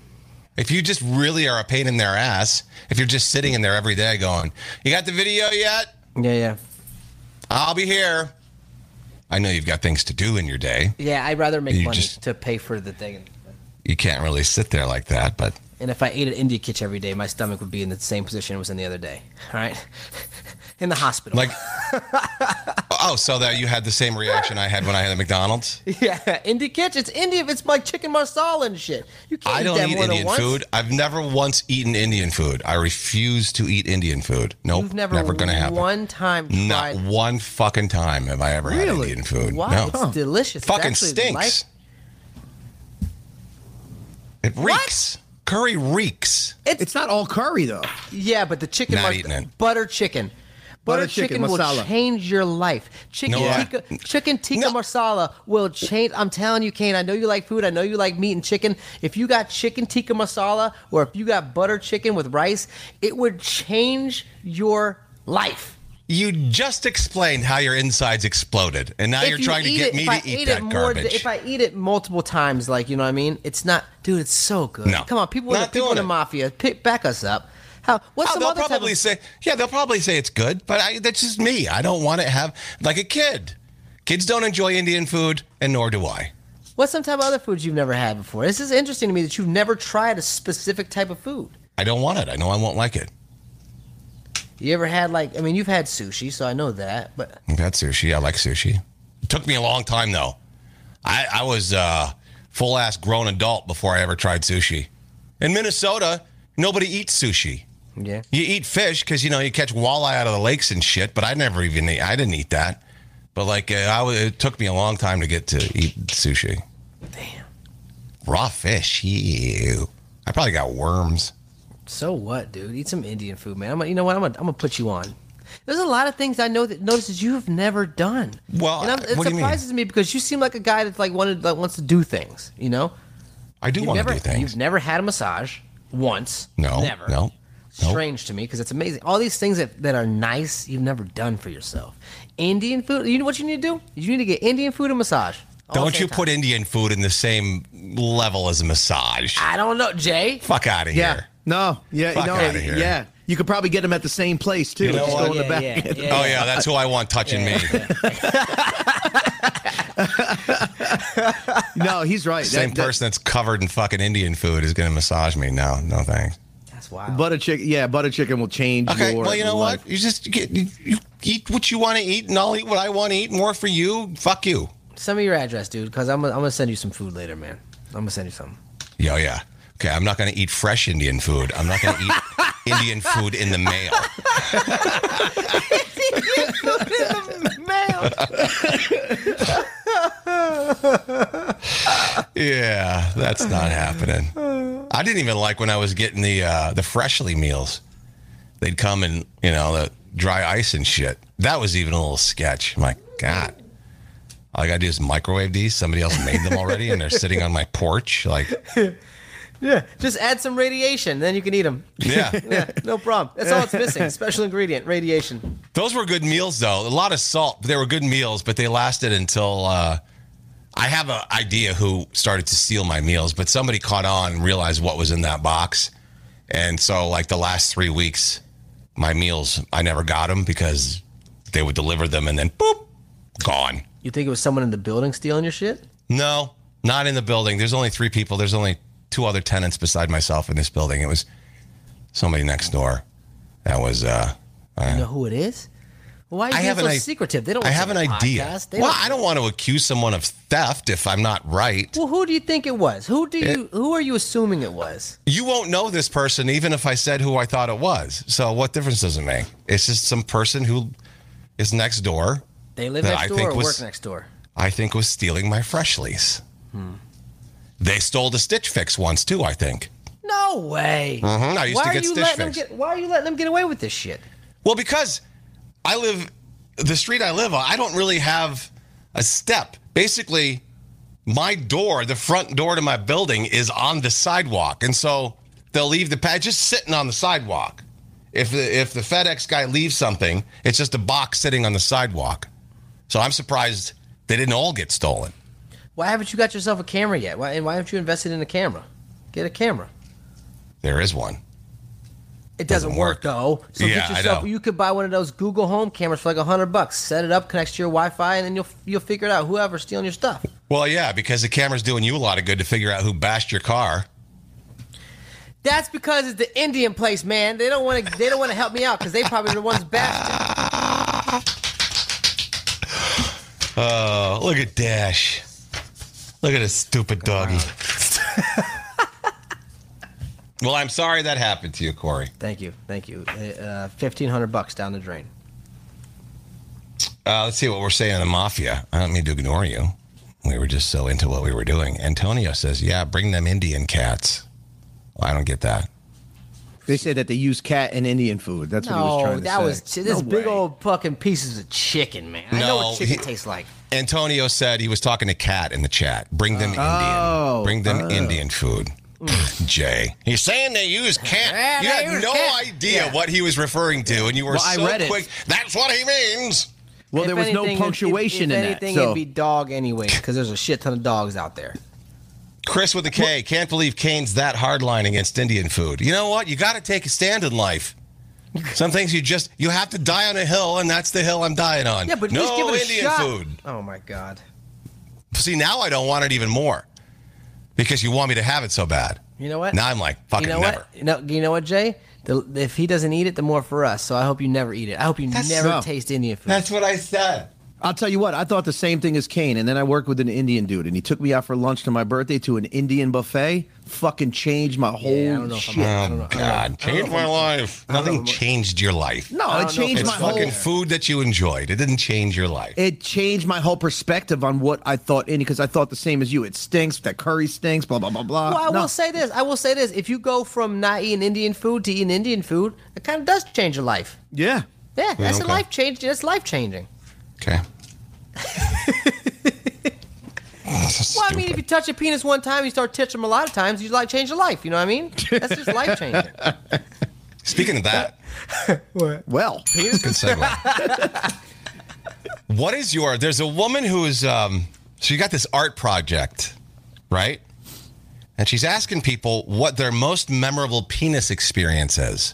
[SPEAKER 2] If you just really are a pain in their ass, if you're just sitting in there every day going, "You got the video yet?
[SPEAKER 4] yeah, yeah,
[SPEAKER 2] I'll be here." I know you've got things to do in your day.
[SPEAKER 4] yeah. I'd rather make
[SPEAKER 2] You
[SPEAKER 4] money
[SPEAKER 2] just-
[SPEAKER 4] to pay for the thing.
[SPEAKER 2] You can't really sit there like that, but
[SPEAKER 4] And if I ate at India Kitch every day, my stomach would be in the same position it was in the other day. All right, in the hospital.
[SPEAKER 2] like Oh, so that you had the same reaction I had when I had a McDonald's?
[SPEAKER 4] yeah, India Kitch. It's India. It's like chicken marsala and shit. You can't
[SPEAKER 2] I don't
[SPEAKER 4] that
[SPEAKER 2] eat
[SPEAKER 4] more than
[SPEAKER 2] Indian
[SPEAKER 4] once.
[SPEAKER 2] food. I've never once eaten Indian food. I refuse to eat Indian food. Nope.
[SPEAKER 4] You've never,
[SPEAKER 2] never gonna happen.
[SPEAKER 4] one time tried
[SPEAKER 2] Not one fucking time have I ever had Indian food.
[SPEAKER 4] Wow,
[SPEAKER 2] No.
[SPEAKER 4] it's delicious. It's
[SPEAKER 2] fucking
[SPEAKER 4] actually
[SPEAKER 2] stinks.
[SPEAKER 4] life-
[SPEAKER 2] It reeks. Curry reeks.
[SPEAKER 5] It's not all curry though.
[SPEAKER 4] yeah, but the chicken,
[SPEAKER 2] Not
[SPEAKER 4] mar-
[SPEAKER 2] eating it.
[SPEAKER 4] butter chicken, butter,
[SPEAKER 5] Butter
[SPEAKER 4] chicken,
[SPEAKER 5] chicken
[SPEAKER 4] will
[SPEAKER 5] masala.
[SPEAKER 4] change your life. Chicken
[SPEAKER 2] No, I-
[SPEAKER 4] tikka, chicken tikka
[SPEAKER 2] No.
[SPEAKER 4] marsala will change. I'm telling you, Kane. I know you like food. I know you like meat and chicken. If you got chicken tikka masala, or if you got butter chicken with rice, it would change your life.
[SPEAKER 2] You just explained how your insides exploded, and now
[SPEAKER 4] If
[SPEAKER 2] you're
[SPEAKER 4] you
[SPEAKER 2] trying to
[SPEAKER 4] eat
[SPEAKER 2] get
[SPEAKER 4] it-
[SPEAKER 2] me
[SPEAKER 4] if
[SPEAKER 2] to
[SPEAKER 4] I
[SPEAKER 2] eat
[SPEAKER 4] ate
[SPEAKER 2] that
[SPEAKER 4] it more
[SPEAKER 2] garbage.
[SPEAKER 4] th- if I eat it multiple times, like you know what I mean, it's not, dude. It's so good.
[SPEAKER 2] No.
[SPEAKER 4] come on, people, in the,
[SPEAKER 2] Not
[SPEAKER 4] people
[SPEAKER 2] doing
[SPEAKER 4] in the
[SPEAKER 2] it.
[SPEAKER 4] mafia, pick, back us up. How? What's
[SPEAKER 2] Oh,
[SPEAKER 4] some
[SPEAKER 2] they'll
[SPEAKER 4] other type
[SPEAKER 2] probably
[SPEAKER 4] of-
[SPEAKER 2] say, yeah, they'll probably say it's good, but I, that's just me. I don't want to have like a kid. Kids don't enjoy Indian food, and nor do I.
[SPEAKER 4] What's some type of other foods you've never had before? This is interesting to me that you've never tried a specific type of food.
[SPEAKER 2] I don't want it. I know I won't like it.
[SPEAKER 4] You ever had like I mean you've had sushi, so I know that, but
[SPEAKER 2] I've had sushi. I like sushi. It took me a long time though. I, I was uh, full ass grown adult before I ever tried sushi. In Minnesota, nobody eats sushi.
[SPEAKER 4] Yeah.
[SPEAKER 2] You eat fish because you know you catch walleye out of the lakes and shit. But I never even ate, I didn't eat that. But like uh, I, wa- it took me a long time to get to eat sushi.
[SPEAKER 4] Damn.
[SPEAKER 2] Raw fish, ew. I probably got worms.
[SPEAKER 4] So what, dude? Eat some Indian food, man. I'm gonna, you know what? I'm gonna, I'm gonna put you on. There's a lot of things I know that notice that you have never done.
[SPEAKER 2] Well,
[SPEAKER 4] and I'm,
[SPEAKER 2] I-
[SPEAKER 4] it
[SPEAKER 2] what do you mean?
[SPEAKER 4] surprises me because you seem like a guy that's like wanted that wants to do things. You know,
[SPEAKER 2] I do
[SPEAKER 4] you've
[SPEAKER 2] want to
[SPEAKER 4] never
[SPEAKER 2] do things.
[SPEAKER 4] you've never had a massage once.
[SPEAKER 2] no,
[SPEAKER 4] never.
[SPEAKER 2] no, no.
[SPEAKER 4] Strange to me because it's amazing. All these things that, that are nice you've never done for yourself. Indian food. You know what you need to do? You need to get Indian food and massage. all at the
[SPEAKER 2] Don't
[SPEAKER 4] same
[SPEAKER 2] you
[SPEAKER 4] time.
[SPEAKER 2] put Indian food in the same level as a massage?
[SPEAKER 4] I don't know, Jay.
[SPEAKER 2] Fuck out of
[SPEAKER 5] Yeah.
[SPEAKER 2] here.
[SPEAKER 5] No. Yeah.
[SPEAKER 2] Fuck
[SPEAKER 5] no,
[SPEAKER 2] outta here.
[SPEAKER 5] Yeah. You could probably get them at the same place too.
[SPEAKER 2] You know
[SPEAKER 5] Just go
[SPEAKER 2] what?
[SPEAKER 5] in the back.
[SPEAKER 4] yeah, yeah,
[SPEAKER 2] Oh yeah, that's who I want touching me.
[SPEAKER 5] No, he's right.
[SPEAKER 2] Same
[SPEAKER 5] That- that-
[SPEAKER 2] person that's covered in fucking Indian food is gonna massage me. No, no thanks.
[SPEAKER 4] That's wild.
[SPEAKER 5] Butter chicken. Yeah, butter chicken will change.
[SPEAKER 2] Okay,
[SPEAKER 5] your
[SPEAKER 2] well you know
[SPEAKER 5] life.
[SPEAKER 2] what? You just get you, you eat what you want to eat, and I'll eat what I want to eat. More for you. Fuck you.
[SPEAKER 4] Send me your address, dude, because I'm, gonna- I'm gonna send you some food later, man. I'm gonna send you some.
[SPEAKER 2] Yeah, yeah. Okay, I'm not gonna eat fresh Indian food. I'm not gonna eat Indian food in the mail. Yeah, that's not happening. I didn't even like when I was getting the uh, the freshly meals. They'd come and you know the dry ice and shit. That was even a little sketch. My God, all I gotta do is microwave these. Somebody else made them already, and they're sitting on my porch. Like,
[SPEAKER 4] Yeah, just add some radiation, then you can eat them.
[SPEAKER 2] yeah,
[SPEAKER 4] Yeah, no problem. That's all it's missing. Special ingredient, radiation.
[SPEAKER 2] Those were good meals, though. A lot of salt. But they were good meals, but they lasted until uh, I have an idea who started to steal my meals. But somebody caught on and realized what was in that box, and so like the last three weeks, my meals I never got them because they would deliver them and then boop, gone.
[SPEAKER 4] You think it was someone in the building stealing your shit?
[SPEAKER 2] No, not in the building. There's only three people. There's only two other tenants beside myself in this building. It was somebody next door. That was. uh
[SPEAKER 4] You know who it is? Why are you
[SPEAKER 2] I have
[SPEAKER 4] being
[SPEAKER 2] an
[SPEAKER 4] so
[SPEAKER 2] i-
[SPEAKER 4] secretive? They don't.
[SPEAKER 2] I
[SPEAKER 4] listen
[SPEAKER 2] have an
[SPEAKER 4] to the
[SPEAKER 2] idea.
[SPEAKER 4] podcast. They
[SPEAKER 2] Well,
[SPEAKER 4] don't-
[SPEAKER 2] I don't want to accuse someone of theft if I'm not right.
[SPEAKER 4] Well, who do you think it was? Who do you? Who are you assuming it was?
[SPEAKER 2] You won't know this person even if I said who I thought it was. So what difference does it make? It's just some person who is next door.
[SPEAKER 4] They live
[SPEAKER 2] That
[SPEAKER 4] next
[SPEAKER 2] I
[SPEAKER 4] door
[SPEAKER 2] think
[SPEAKER 4] or
[SPEAKER 2] was-
[SPEAKER 4] work next door.
[SPEAKER 2] I think was stealing my freshlies.
[SPEAKER 4] Hmm.
[SPEAKER 2] They stole the Stitch Fix once too. I think.
[SPEAKER 4] No way.
[SPEAKER 2] Mhm, I used
[SPEAKER 4] why
[SPEAKER 2] to
[SPEAKER 4] are
[SPEAKER 2] get
[SPEAKER 4] you
[SPEAKER 2] Stitch
[SPEAKER 4] letting them
[SPEAKER 2] Fix.
[SPEAKER 4] get? Why are you letting them get away with this shit?
[SPEAKER 2] Well, because I live the street I live on, I don't really have a step. Basically, my door, the front door to my building, is on the sidewalk, and so they'll leave the pad just sitting on the sidewalk. If the if the FedEx guy leaves something, it's just a box sitting on the sidewalk. So I'm surprised they didn't all get stolen.
[SPEAKER 4] Why haven't you got yourself a camera yet? Why and why haven't you invested in a camera? Get a camera.
[SPEAKER 2] There is one.
[SPEAKER 4] It doesn't,
[SPEAKER 2] Doesn't
[SPEAKER 4] work.
[SPEAKER 2] work.
[SPEAKER 4] though. So
[SPEAKER 2] Yeah,
[SPEAKER 4] get
[SPEAKER 2] I
[SPEAKER 4] yourself.
[SPEAKER 2] know.
[SPEAKER 4] You could buy one of those Google Home cameras for like a hundred bucks. Set it up, connects to your Wi-Fi, and then you'll you'll figure it out. Whoever's stealing your stuff.
[SPEAKER 2] Well, yeah, because the camera's doing you a lot of good to figure out who bashed your car.
[SPEAKER 4] That's because it's the Indian place, man. They don't want to. They don't want to help me out because they probably the ones best.
[SPEAKER 2] Oh, look at Dash. Look at this stupid doggy. well, I'm sorry that happened to you, Corey.
[SPEAKER 4] Thank you, thank you. Uh, Fifteen hundred bucks down the drain.
[SPEAKER 2] Uh, let's see what we're saying on the mafia. I don't mean to ignore you. We were just so into what we were doing. Antonio says, Yeah, bring them Indian cats. Well, I don't get that.
[SPEAKER 5] They said that they use cat and Indian food. That's what he was
[SPEAKER 4] No,
[SPEAKER 5] trying to
[SPEAKER 4] that
[SPEAKER 5] say.
[SPEAKER 4] was chi- this
[SPEAKER 5] No
[SPEAKER 4] big
[SPEAKER 5] way.
[SPEAKER 4] old fucking pieces of chicken, man. I know
[SPEAKER 2] No,
[SPEAKER 4] what chicken
[SPEAKER 2] he-
[SPEAKER 4] tastes like.
[SPEAKER 2] Antonio said he was talking to Cat in the chat. Bring them Indian.
[SPEAKER 4] Oh.
[SPEAKER 2] Bring them Indian food. Jay, he's saying they use cat.
[SPEAKER 4] Mm. Yeah,
[SPEAKER 2] you
[SPEAKER 4] they
[SPEAKER 2] had
[SPEAKER 4] use
[SPEAKER 2] no
[SPEAKER 4] cat.
[SPEAKER 2] idea
[SPEAKER 4] Yeah.
[SPEAKER 2] what he was referring to, and you were
[SPEAKER 5] Well,
[SPEAKER 2] so
[SPEAKER 5] I read it.
[SPEAKER 2] quick. That's what he means.
[SPEAKER 5] Well,
[SPEAKER 4] If
[SPEAKER 5] there was
[SPEAKER 4] anything,
[SPEAKER 5] no
[SPEAKER 4] if-
[SPEAKER 5] punctuation
[SPEAKER 4] if, if
[SPEAKER 5] in
[SPEAKER 4] anything,
[SPEAKER 5] that. So
[SPEAKER 4] it'd be dog anyway because there's a shit ton of dogs out there.
[SPEAKER 2] Chris with a K. Can't believe Kane's that hard line against Indian food. You know what? You got to take a stand in life. Some things you just you have to die on a hill, and that's the hill I'm dying on.
[SPEAKER 4] Yeah, but
[SPEAKER 2] no
[SPEAKER 4] at least give it a
[SPEAKER 2] Indian
[SPEAKER 4] shot.
[SPEAKER 2] food.
[SPEAKER 4] Oh my god.
[SPEAKER 2] See, now I don't want it even more because you want me to have it so bad.
[SPEAKER 4] You know what?
[SPEAKER 2] Now I'm like fucking
[SPEAKER 4] you know
[SPEAKER 2] never.
[SPEAKER 4] what? No, you know what, Jay? The, if he doesn't eat it, the more for us. So I hope you never eat it. I hope you never
[SPEAKER 5] no.
[SPEAKER 4] taste Indian food.
[SPEAKER 2] That's what I said.
[SPEAKER 5] I'll tell you what, I thought the same thing as Kane, and then I worked with an Indian dude, and he took me out for lunch to my birthday to an Indian buffet. Fucking changed my whole
[SPEAKER 4] Yeah, I don't know if I'm-
[SPEAKER 5] shit.
[SPEAKER 4] I don't know.
[SPEAKER 2] Oh, God. Changed my life. Nothing changed your life.
[SPEAKER 4] I
[SPEAKER 5] No, it
[SPEAKER 4] don't know if
[SPEAKER 5] changed
[SPEAKER 2] It's
[SPEAKER 5] my whole.
[SPEAKER 2] fucking food that you enjoyed. It didn't change your life.
[SPEAKER 5] It changed my whole perspective on what I thought Indian because I thought the same as you. It stinks. That curry stinks. Blah blah blah blah.
[SPEAKER 4] Well, I
[SPEAKER 5] Uh, No.
[SPEAKER 4] will say this. I will say this. If you go from not eating Indian food to eating Indian food, it kind of does change your life.
[SPEAKER 5] yeah.
[SPEAKER 4] Yeah, that's
[SPEAKER 2] okay.
[SPEAKER 4] a life change. That's life changing.
[SPEAKER 2] Okay.
[SPEAKER 4] Well, I mean, if you touch a penis one time, you start touching them a lot of times, you like change your life. You know what I mean? That's just life changing.
[SPEAKER 2] Speaking of that,
[SPEAKER 5] Well,
[SPEAKER 2] That's a good segue. what is your? There's a woman who is. Um, she got this art project, right? And she's asking people what their most memorable penis experience is.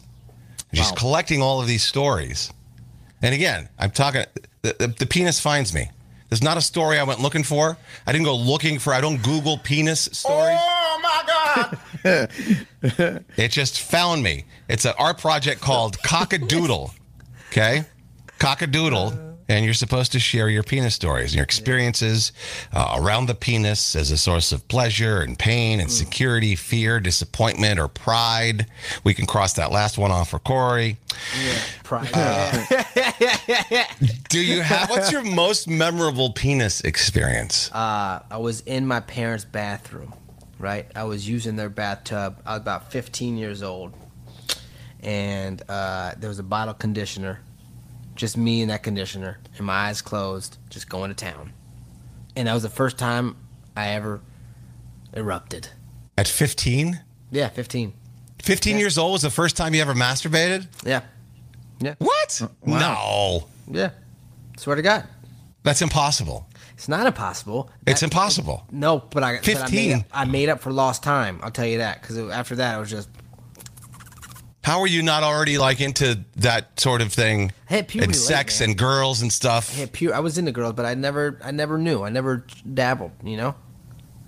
[SPEAKER 2] And She's collecting all of these stories. And again, I'm talking. The, the, the penis finds me. There's not a story I went looking for. I didn't go looking for. I don't Google penis stories.
[SPEAKER 3] Oh my god!
[SPEAKER 2] It just found me. It's an art project called Cockadoodle. Okay? Cockadoodle. And you're supposed to share your penis stories and your experiences uh, around the penis as a source of pleasure and pain, insecurity, fear, disappointment, or pride. We can cross that last one off for Corey.
[SPEAKER 4] Pride.
[SPEAKER 2] Do you have what's your most memorable penis experience?
[SPEAKER 4] I was in my parents' bathroom, right? I was using their bathtub. I was about 15 years old, and uh, there was a bottle conditioner, just me and that conditioner, and my eyes closed, just going to town. And that was the first time I ever erupted.
[SPEAKER 2] At 15?
[SPEAKER 4] Yeah, 15.
[SPEAKER 2] 15 years old was the first time you ever masturbated?
[SPEAKER 4] Yeah,
[SPEAKER 2] What? No.
[SPEAKER 4] yeah. Swear to God,
[SPEAKER 2] That's impossible.
[SPEAKER 4] it's not impossible.
[SPEAKER 2] It's
[SPEAKER 4] That-
[SPEAKER 2] impossible.
[SPEAKER 4] No, but I but I made,
[SPEAKER 2] 15.
[SPEAKER 4] up, I made up for lost time. I'll tell you that because after that I was just
[SPEAKER 2] How are you not already like into that sort of thing?
[SPEAKER 4] I hit puberty
[SPEAKER 2] and
[SPEAKER 4] late,
[SPEAKER 2] sex
[SPEAKER 4] man.
[SPEAKER 2] and girls and stuff.
[SPEAKER 4] Yeah, pure. I was into girls, but I never, I never knew. I never dabbled. You know,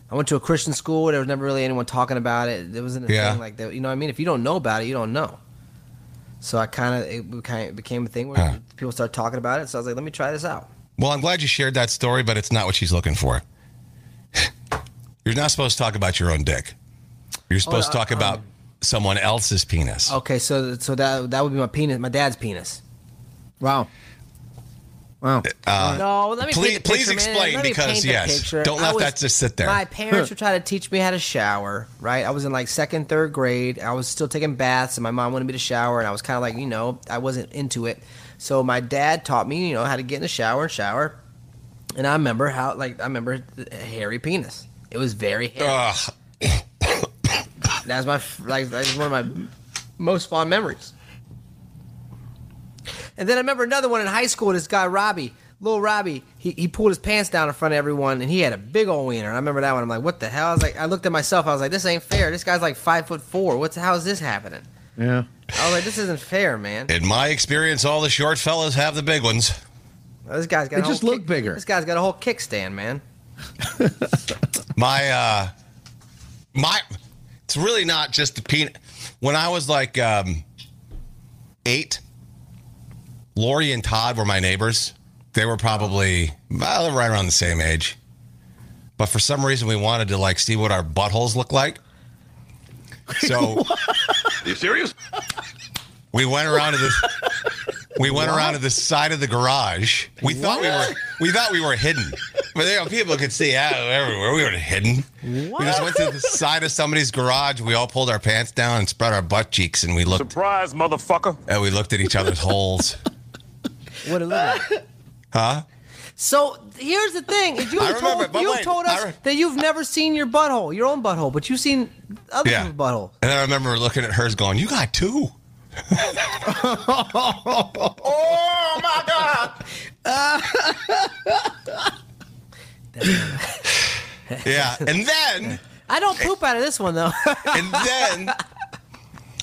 [SPEAKER 4] I went to a Christian school. There was never really anyone talking about it. There wasn't a
[SPEAKER 2] Yeah.
[SPEAKER 4] thing like that. You know what I mean? If you don't know about it, you don't know. So I kind of it became, it became a thing where
[SPEAKER 2] Huh.
[SPEAKER 4] people started talking about it. So I was like, let me try this out.
[SPEAKER 2] Well, I'm glad you shared that story, but it's not what she's looking for. You're not supposed to talk about your own dick. You're supposed to
[SPEAKER 4] I-
[SPEAKER 2] talk about someone else's penis.
[SPEAKER 4] um, Okay, so so that that would be my penis, my dad's penis.
[SPEAKER 5] wow. Wow.
[SPEAKER 4] no, let me
[SPEAKER 2] Uh, please-
[SPEAKER 4] paint the
[SPEAKER 2] please
[SPEAKER 4] picture, man.
[SPEAKER 2] explain,
[SPEAKER 4] Let me
[SPEAKER 2] because,
[SPEAKER 4] paint the
[SPEAKER 2] yes,
[SPEAKER 4] picture.
[SPEAKER 2] don't
[SPEAKER 4] I
[SPEAKER 2] let that just sit there.
[SPEAKER 4] My parents were trying to teach me how to shower. Right, I was in like second, third grade. I was still taking baths, and my mom wanted me to shower, and I was kind of like, you know, I wasn't into it. So my dad taught me, you know, how to get in the shower and shower. And I remember how, like, I remember the hairy penis. It was very hairy.
[SPEAKER 2] Ugh.
[SPEAKER 4] That's my f- like that's one of my most fond memories. And then I remember another one in high school. This guy Robbie, little Robbie, he, he pulled his pants down in front of everyone, and he had a big old wiener. I remember that one. I'm like, what the hell? I was like, I looked at myself. I was like, this ain't fair. This guy's like five foot four. What's how is this happening?
[SPEAKER 5] Yeah.
[SPEAKER 4] I was like, this isn't fair, man.
[SPEAKER 2] In my experience, all the short fellas have the big ones.
[SPEAKER 4] This guy's got.
[SPEAKER 5] They
[SPEAKER 4] a whole
[SPEAKER 5] just look
[SPEAKER 4] kick-
[SPEAKER 5] bigger.
[SPEAKER 4] This guy's got a whole kickstand, man.
[SPEAKER 2] My uh my it's really not just the peanut. When I was like um eight, Lori and Todd were my neighbors. They were probably well, right around the same age. But for some reason we wanted to like see what our buttholes look like. So
[SPEAKER 6] Are you serious?
[SPEAKER 2] we went around to the we went around to the side of the garage. We thought we were we thought we were hidden, but you know, people could see out everywhere. We were hidden. We just went to the side of somebody's garage. We all pulled our pants down and spread our butt cheeks, and we looked
[SPEAKER 6] Surprise, motherfucker.
[SPEAKER 2] and we looked at each other's holes.
[SPEAKER 4] What a little. huh? So here's the thing: is you
[SPEAKER 2] I
[SPEAKER 4] have
[SPEAKER 2] remember,
[SPEAKER 4] told,
[SPEAKER 2] but
[SPEAKER 4] you have
[SPEAKER 2] wait,
[SPEAKER 4] told
[SPEAKER 2] I
[SPEAKER 4] us
[SPEAKER 2] re-
[SPEAKER 4] that you've never seen your butthole, your own butthole, but you've seen other
[SPEAKER 2] Yeah,
[SPEAKER 4] people's butthole.
[SPEAKER 2] and then I remember looking at hers, going, "You got two.
[SPEAKER 6] Oh my God.
[SPEAKER 2] Yeah, and then
[SPEAKER 4] I don't poop out of this one though.
[SPEAKER 2] and then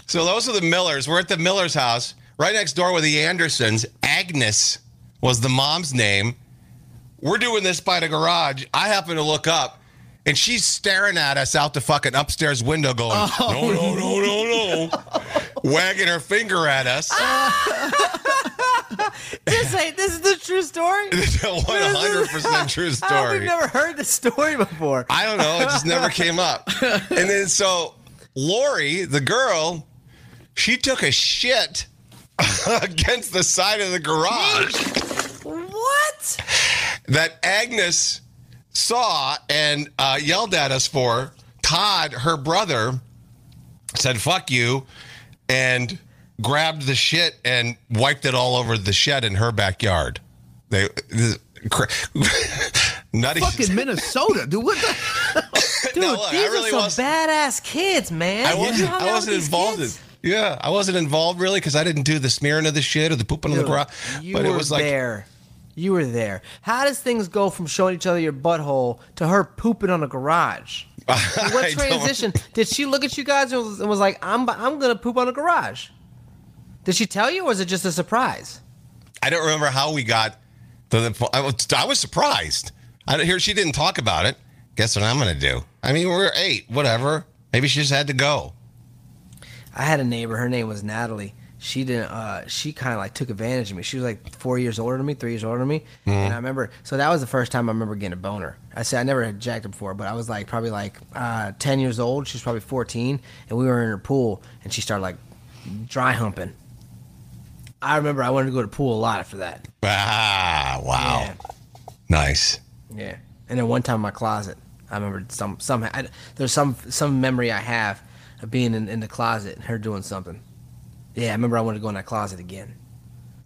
[SPEAKER 2] so those are the Millers. We're at the Miller's house, right next door with the Andersons. Agnes was the mom's name. We're doing this by the garage. I happen to look up, and she's staring at us out the fucking upstairs window, going, "No, no, no, no, no," wagging her finger at us.
[SPEAKER 4] This ain't. This is the true story.
[SPEAKER 2] One hundred percent true
[SPEAKER 4] How, we've
[SPEAKER 2] story.
[SPEAKER 4] never heard this story before.
[SPEAKER 2] I don't know. It just never came up. And then so Lori, the girl, she took a shit against the side of the garage
[SPEAKER 4] what?
[SPEAKER 2] that Agnes saw and uh, yelled at us for. Todd, her brother, said "fuck you" and grabbed the shit and wiped it all over the shed in her backyard. They this, cra- nutty.
[SPEAKER 5] Fucking Minnesota, dude. What the?
[SPEAKER 4] Dude,
[SPEAKER 2] No, look, I
[SPEAKER 4] these
[SPEAKER 2] really
[SPEAKER 4] are some
[SPEAKER 2] wasn't-
[SPEAKER 4] badass kids, man.
[SPEAKER 2] I
[SPEAKER 4] You
[SPEAKER 2] wasn't.
[SPEAKER 4] hung out
[SPEAKER 2] I
[SPEAKER 4] with
[SPEAKER 2] wasn't
[SPEAKER 4] these
[SPEAKER 2] involved. In,
[SPEAKER 4] kids?
[SPEAKER 2] yeah, I wasn't involved really because I didn't do the smearing of the shit or the pooping on the
[SPEAKER 4] Dude,
[SPEAKER 2] garage.
[SPEAKER 4] You
[SPEAKER 2] But
[SPEAKER 4] were
[SPEAKER 2] it was like
[SPEAKER 4] there. You were there. How does things go from showing each other your butthole to her pooping on a garage? What
[SPEAKER 2] I don't-
[SPEAKER 4] transition? Did she look at you guys and was, and was like, "I'm I'm gonna poop on a garage"? Did she tell you, or was it just a surprise?
[SPEAKER 2] I don't remember how we got to the. po- I was, I was surprised. I don't hear she didn't talk about it. Guess what I'm gonna do? I mean, we're eight. Whatever. Maybe she just had to go.
[SPEAKER 4] I had a neighbor. Her name was Natalie. She didn't. Uh, she kind of like took advantage of me. She was like four years older than me, three years older than me.
[SPEAKER 2] Mm-hmm.
[SPEAKER 4] And I remember. So that was the first time I remember getting a boner. I said I never had jacked it before, but I was like probably like uh, ten years old. She was probably fourteen, and we were in her pool, and she started like dry humping. I remember I wanted to go to the pool a lot after that.
[SPEAKER 2] Ah, wow,
[SPEAKER 4] Yeah.
[SPEAKER 2] nice.
[SPEAKER 4] Yeah. And then one time in my closet, I remember some some I, there's some some memory I have of being in, in the closet and her doing something. Yeah, I remember I wanted to go in that closet again.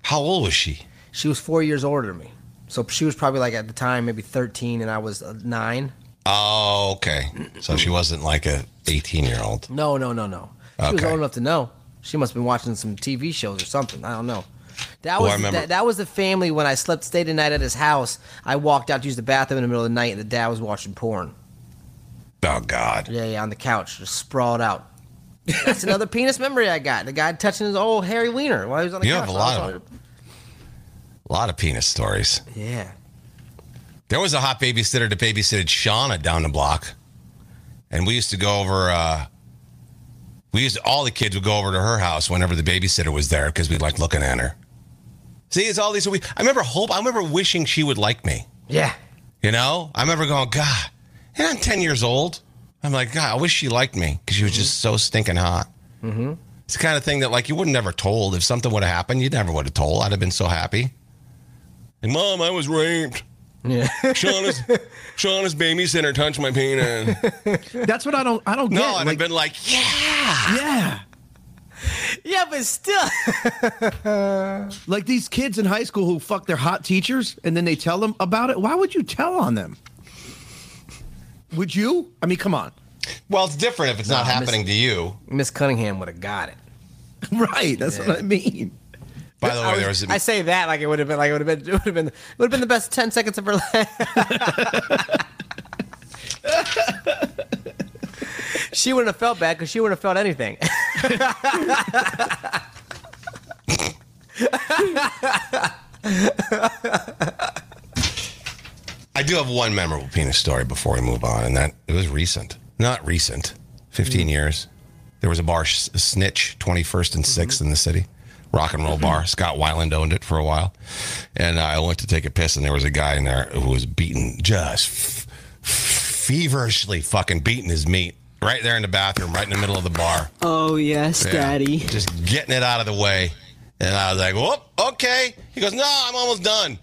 [SPEAKER 2] How old was she?
[SPEAKER 4] She was four years older than me, so she was probably like at the time maybe 13, and I was uh, nine.
[SPEAKER 2] Oh, okay. So she wasn't like a 18 year old.
[SPEAKER 4] No, no, no, no. She was
[SPEAKER 2] Okay.
[SPEAKER 4] old enough to know. She must have been watching some TV shows or something. I don't know. That
[SPEAKER 2] Well, I
[SPEAKER 4] was
[SPEAKER 2] remember-
[SPEAKER 4] that, that was the family when I slept stayed the night at his house. I walked out to use the bathroom in the middle of the night, and the dad was watching porn.
[SPEAKER 2] Oh God.
[SPEAKER 4] Yeah, yeah, on the couch, just sprawled out. That's another penis memory I got. The guy touching his old hairy wiener while he was on the
[SPEAKER 2] You
[SPEAKER 4] couch.
[SPEAKER 2] have a
[SPEAKER 4] while I
[SPEAKER 2] lot
[SPEAKER 4] was
[SPEAKER 2] of A lot of penis stories.
[SPEAKER 4] on- Yeah.
[SPEAKER 2] There was a hot babysitter that babysitted Shauna down the block, and we used to go over. Uh, we used to, all the kids would go over to her house whenever the babysitter was there because we liked looking at her. See, it's all these. We, I remember hope. I remember wishing she would like me.
[SPEAKER 4] Yeah.
[SPEAKER 2] You know, I remember going, God, and I'm 10 years old. I'm like, God, I wish she liked me because she was just so stinking hot.
[SPEAKER 4] Mm-hmm.
[SPEAKER 2] It's the kind of thing that, like, you would never told. If something would have happened, you never would have told. I'd have been so happy. And mom, I was raped.
[SPEAKER 4] Yeah.
[SPEAKER 2] Shauna's, Shauna's baby center touched my penis.
[SPEAKER 5] That's what I don't. I don't
[SPEAKER 2] No,
[SPEAKER 5] get.
[SPEAKER 2] I'd have
[SPEAKER 5] like,
[SPEAKER 2] been like, yeah.
[SPEAKER 5] yeah.
[SPEAKER 4] yeah, but still.
[SPEAKER 5] Like these kids in high school who fuck their hot teachers and then they tell them about it. Why would you tell on them? Would you? I mean, come on.
[SPEAKER 2] Well, it's different if it's not
[SPEAKER 4] Nah, I miss-
[SPEAKER 2] happening to you.
[SPEAKER 4] Miss Cunningham would have got it.
[SPEAKER 5] right. That's what I mean.
[SPEAKER 2] By the way,
[SPEAKER 4] I, was-
[SPEAKER 2] there was a
[SPEAKER 4] I say that like it would have been like it would have been it would have been it would have been the best ten seconds of her life. she wouldn't have felt bad because she wouldn't have felt anything.
[SPEAKER 2] I do have one memorable penis story before we move on, and that it was recent. Not recent, 15 years. There was a bar, S- Snitch, 21st and 6th in the city, rock and roll bar. Scott Weiland owned it for a while. And I went to take a piss, and there was a guy in there who was beating, just f- f- feverishly fucking beating his meat right there in the bathroom, right in the middle of the bar.
[SPEAKER 7] Oh, yes,
[SPEAKER 2] Yeah.
[SPEAKER 7] Daddy.
[SPEAKER 2] Just getting it out of the way. And I was like, whoop, okay. He goes, no, I'm almost done.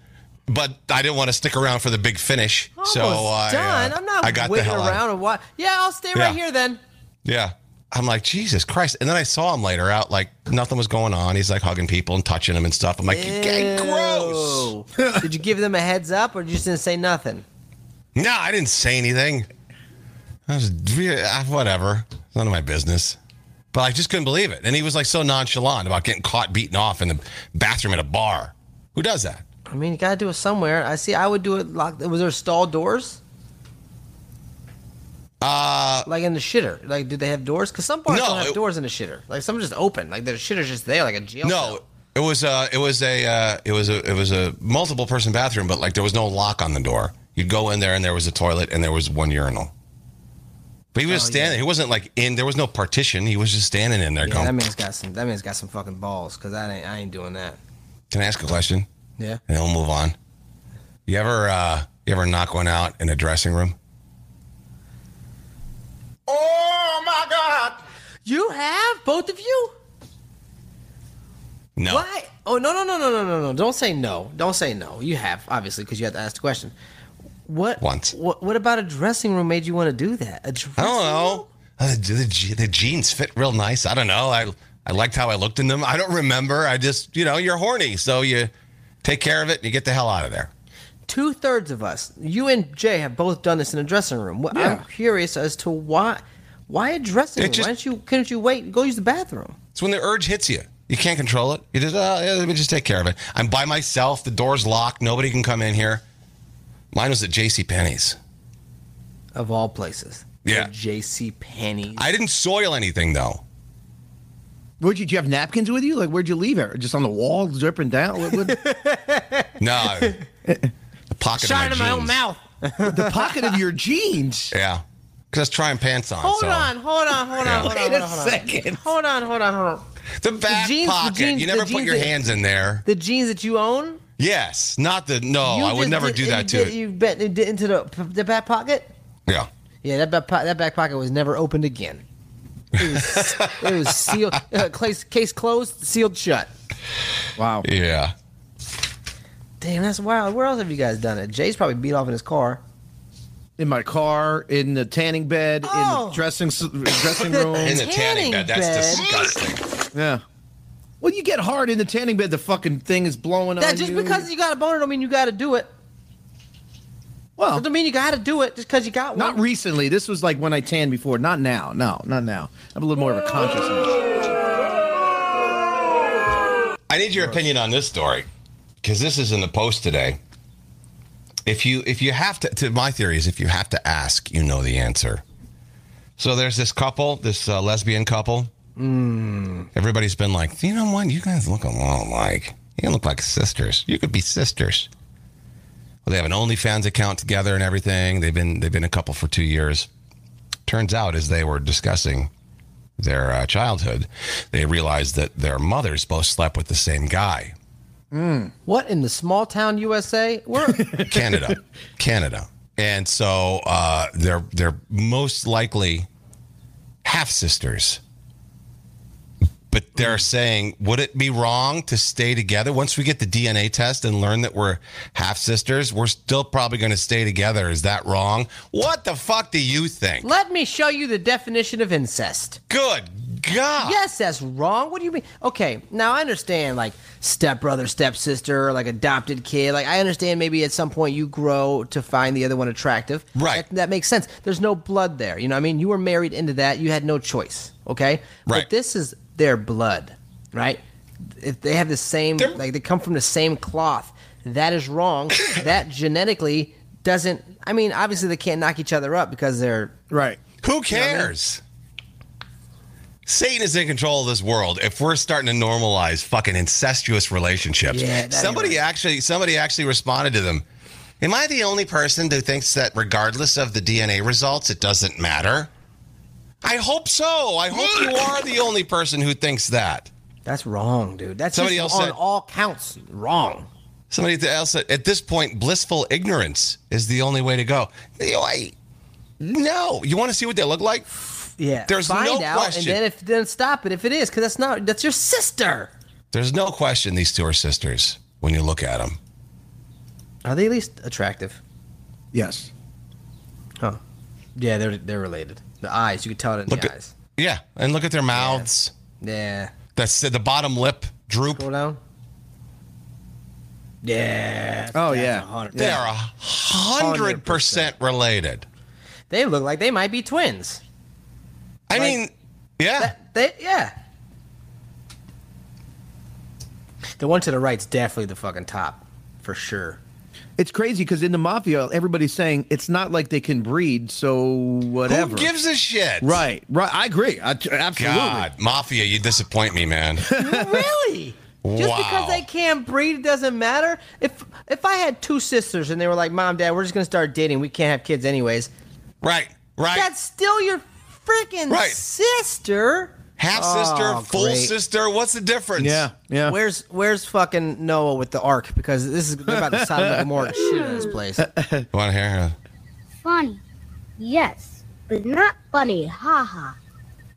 [SPEAKER 2] But I didn't want to stick around for the big finish. so I,
[SPEAKER 4] Almost done.
[SPEAKER 2] uh,
[SPEAKER 4] I'm not
[SPEAKER 2] I got the
[SPEAKER 4] waiting
[SPEAKER 2] hell out.
[SPEAKER 4] around and what? Yeah, I'll stay
[SPEAKER 2] Yeah.
[SPEAKER 4] right here then.
[SPEAKER 2] Yeah. I'm like, Jesus Christ. And then I saw him later out, like nothing was going on. He's like hugging people and touching them and stuff. I'm like, "Okay, gross.
[SPEAKER 4] Ew. did you give them a heads up or you just didn't say nothing?
[SPEAKER 2] No, I didn't say anything. I was re- ah, whatever. None of my business. But I just couldn't believe it. And he was like so nonchalant about getting caught beaten off in the bathroom at a bar. Who does that?
[SPEAKER 4] I mean, you gotta do it somewhere. I see. I would do it locked. Was there stall doors? Uh, like in the shitter. Like, did they have doors? Because some bars
[SPEAKER 2] No,
[SPEAKER 4] don't have
[SPEAKER 2] it-
[SPEAKER 4] doors in the shitter. Like, some are just open. Like, the shitter's just there, like a jail.
[SPEAKER 2] No,
[SPEAKER 4] cell.
[SPEAKER 2] it was a it was a uh, it was a it was a multiple person bathroom, but like there was no lock on the door. You'd go in there and there was a toilet and there was one urinal. But he was
[SPEAKER 4] Oh, yeah.
[SPEAKER 2] standing. He wasn't like in. There was no partition. He was just standing in there.
[SPEAKER 4] Yeah,
[SPEAKER 2] going,
[SPEAKER 4] that man's got some. That man's got some fucking balls. Cause I ain't. I ain't doing that.
[SPEAKER 2] Can I ask a question?
[SPEAKER 5] Yeah.
[SPEAKER 2] and he'll move on. You ever uh, you ever knock one out in a dressing room?
[SPEAKER 6] Oh my God!
[SPEAKER 4] You have both of you.
[SPEAKER 2] No.
[SPEAKER 4] Why? Oh no no no no no no no! Don't say no! Don't say no! You have obviously because you had to ask the question. What?
[SPEAKER 2] Once.
[SPEAKER 4] What? What about a dressing room made you want to do that? A
[SPEAKER 2] I
[SPEAKER 4] dressing
[SPEAKER 2] don't
[SPEAKER 4] room?
[SPEAKER 2] know. Uh, do the, je- the jeans fit real nice. I don't know. I I liked how I looked in them. I don't remember. I just you know you're horny, so you take care of it and you get the hell out of there.
[SPEAKER 4] Two thirds of us, you and Jay, have both done this in a dressing room. Well,
[SPEAKER 5] Yeah.
[SPEAKER 4] I'm curious as to why. Why a dressing
[SPEAKER 2] It
[SPEAKER 4] room?
[SPEAKER 2] just-
[SPEAKER 4] why didn't you? Couldn't you wait? and Go use the bathroom.
[SPEAKER 2] It's when the urge hits you. You can't control it. You just oh, yeah, let me just take care of it. I'm by myself. The door's locked. Nobody can come in here. Mine was at J.C. Penney's.
[SPEAKER 4] Of all places.
[SPEAKER 2] Yeah.
[SPEAKER 4] J.C. Penney's.
[SPEAKER 2] I didn't soil anything though.
[SPEAKER 5] Where'd you, did you have napkins with you? Like, where'd you leave it? Just on the wall, dripping down? What- what-
[SPEAKER 2] No, I- the pocket
[SPEAKER 4] Shot
[SPEAKER 2] of
[SPEAKER 4] in
[SPEAKER 2] my,
[SPEAKER 4] my
[SPEAKER 2] jeans.
[SPEAKER 4] own mouth.
[SPEAKER 5] the pocket of your jeans.
[SPEAKER 2] Yeah, because I was trying pants on.
[SPEAKER 4] Hold
[SPEAKER 2] so.
[SPEAKER 4] on, hold on, hold on, hold on,
[SPEAKER 5] Wait
[SPEAKER 4] hold
[SPEAKER 5] a
[SPEAKER 4] on, hold on.
[SPEAKER 5] second.
[SPEAKER 4] Hold on, hold on, hold on.
[SPEAKER 2] The back
[SPEAKER 4] jeans- the
[SPEAKER 2] pocket.
[SPEAKER 4] jeans-
[SPEAKER 2] you never
[SPEAKER 4] the
[SPEAKER 2] put
[SPEAKER 4] jeans
[SPEAKER 2] your
[SPEAKER 4] that-
[SPEAKER 2] hands in there.
[SPEAKER 4] The jeans that you own?
[SPEAKER 2] Yes, not the no.
[SPEAKER 4] you
[SPEAKER 2] Oh, I would
[SPEAKER 4] just
[SPEAKER 2] never
[SPEAKER 4] did-
[SPEAKER 2] do that
[SPEAKER 4] you
[SPEAKER 2] to
[SPEAKER 4] did-
[SPEAKER 2] it.
[SPEAKER 4] You bet you did into the the back pocket.
[SPEAKER 2] Yeah.
[SPEAKER 4] Yeah, that back po- that back pocket was never opened again. It was, it was sealed, uh, case, case closed, sealed shut.
[SPEAKER 5] Wow.
[SPEAKER 2] Yeah.
[SPEAKER 4] Damn, that's wild. Where else have you guys done it? Jay's probably beat off in his car.
[SPEAKER 5] In my car, in the tanning bed, in
[SPEAKER 4] Oh.
[SPEAKER 5] the dressing s- dressing room.
[SPEAKER 2] In the tanning
[SPEAKER 4] Tanning
[SPEAKER 2] bed. That's
[SPEAKER 4] bed.
[SPEAKER 2] disgusting.
[SPEAKER 5] yeah. When you get hard in the tanning bed, the fucking thing is blowing
[SPEAKER 4] That
[SPEAKER 5] on
[SPEAKER 4] just
[SPEAKER 5] you.
[SPEAKER 4] because you got a boner don't mean you got to do it.
[SPEAKER 5] well,
[SPEAKER 4] Doesn't mean you got to do it just because you got one.
[SPEAKER 5] Oh. not recently. This was like when I tanned before. Not now. No, not now. I'm a little more of a conscious. individual.
[SPEAKER 2] I need your opinion on this story because this is in the post today. If you if you have to, to my theory is if you have to ask, you know the answer. So there's this couple, this uh, lesbian couple. Everybody's been like, you know what? You guys look a lot alike. You look like sisters. You could be sisters. Well, they have an OnlyFans account together and everything. They've been they've been a couple for two years. Turns out, as they were discussing their uh, childhood, they realized that their mothers both slept with the same guy.
[SPEAKER 4] What in the small town USA? We're
[SPEAKER 2] Canada, Canada, and so uh, they're they're most likely half sisters. But they're saying, would it be wrong to stay together? Once we get the DNA test and learn that we're half sisters, we're still probably going to stay together. Is that wrong? What the fuck do you think?
[SPEAKER 4] let me show you the definition of incest.
[SPEAKER 2] Good God!
[SPEAKER 4] Yes, that's wrong. What do you mean? Okay, now I understand like stepbrother, stepsister, like adopted kid. Like I understand maybe at some point you grow to find the other one attractive.
[SPEAKER 2] Right.
[SPEAKER 4] That, that makes sense. There's no blood there. You know what I mean? You were married into that. You had no choice. Okay?
[SPEAKER 2] Right.
[SPEAKER 4] But this is their blood, right? If they have the same
[SPEAKER 2] They're-
[SPEAKER 4] like they come from the same cloth, that is wrong. that genetically doesn't I mean, obviously they can't knock each other up because they're
[SPEAKER 5] Right.
[SPEAKER 2] Who cares? Satan is in control of this world. If we're starting to normalize fucking incestuous relationships,
[SPEAKER 4] Yeah, that ain't
[SPEAKER 2] somebody
[SPEAKER 4] right.
[SPEAKER 2] actually somebody actually responded to them. Am I the only person who thinks that regardless of the DNA results, it doesn't matter? I hope so. I hope you are the only person who thinks that.
[SPEAKER 4] that's wrong, dude. That's
[SPEAKER 2] Somebody
[SPEAKER 4] just
[SPEAKER 2] else
[SPEAKER 4] on
[SPEAKER 2] said-
[SPEAKER 4] all counts wrong.
[SPEAKER 2] Somebody else said, at this point, blissful ignorance is the only way to go. You know, I- no, you want to see what they look like?
[SPEAKER 4] Yeah.
[SPEAKER 2] There's
[SPEAKER 4] Find
[SPEAKER 2] no
[SPEAKER 4] out,
[SPEAKER 2] question.
[SPEAKER 4] And then if then stop it if it is, because that's not that's your sister.
[SPEAKER 2] There's no question these two are sisters when you look at them.
[SPEAKER 4] Are they at least attractive?
[SPEAKER 5] Yes.
[SPEAKER 4] Huh. Yeah, they're they're related. The eyes, you can tell it in
[SPEAKER 2] Look
[SPEAKER 4] the
[SPEAKER 2] at-
[SPEAKER 4] eyes.
[SPEAKER 2] Yeah, and look at their mouths.
[SPEAKER 4] Yeah.
[SPEAKER 2] That's the bottom lip droop.
[SPEAKER 4] Go down. Yeah.
[SPEAKER 5] Oh
[SPEAKER 4] that's
[SPEAKER 5] yeah.
[SPEAKER 4] 100.
[SPEAKER 2] They are a hundred percent related.
[SPEAKER 4] They look like they might be twins.
[SPEAKER 2] I
[SPEAKER 4] Like-
[SPEAKER 2] mean, yeah,
[SPEAKER 4] They yeah. The one to the right's definitely the fucking top, for sure.
[SPEAKER 5] It's crazy because in the mafia, everybody's saying it's not like they can breed, so whatever.
[SPEAKER 2] who gives a shit?
[SPEAKER 5] Right, right. I agree. I, absolutely.
[SPEAKER 2] God, mafia, you disappoint me, man.
[SPEAKER 4] really? Just
[SPEAKER 2] Wow.
[SPEAKER 4] because they can't breed it doesn't matter. If if I had two sisters and they were like, "Mom, Dad, we're just gonna start dating. We can't have kids anyways,"
[SPEAKER 2] right, right.
[SPEAKER 4] that's still your freaking
[SPEAKER 2] Right.
[SPEAKER 4] sister.
[SPEAKER 2] Half sister,
[SPEAKER 4] Oh,
[SPEAKER 2] full
[SPEAKER 4] great.
[SPEAKER 2] sister. What's the difference?
[SPEAKER 5] Yeah, yeah.
[SPEAKER 4] Where's where's fucking Noah with the ark? Because this is they're about to Sodom and Gomorrah shit in this place.
[SPEAKER 2] You want to hear? her?
[SPEAKER 7] Funny. Yes, but not funny. Haha.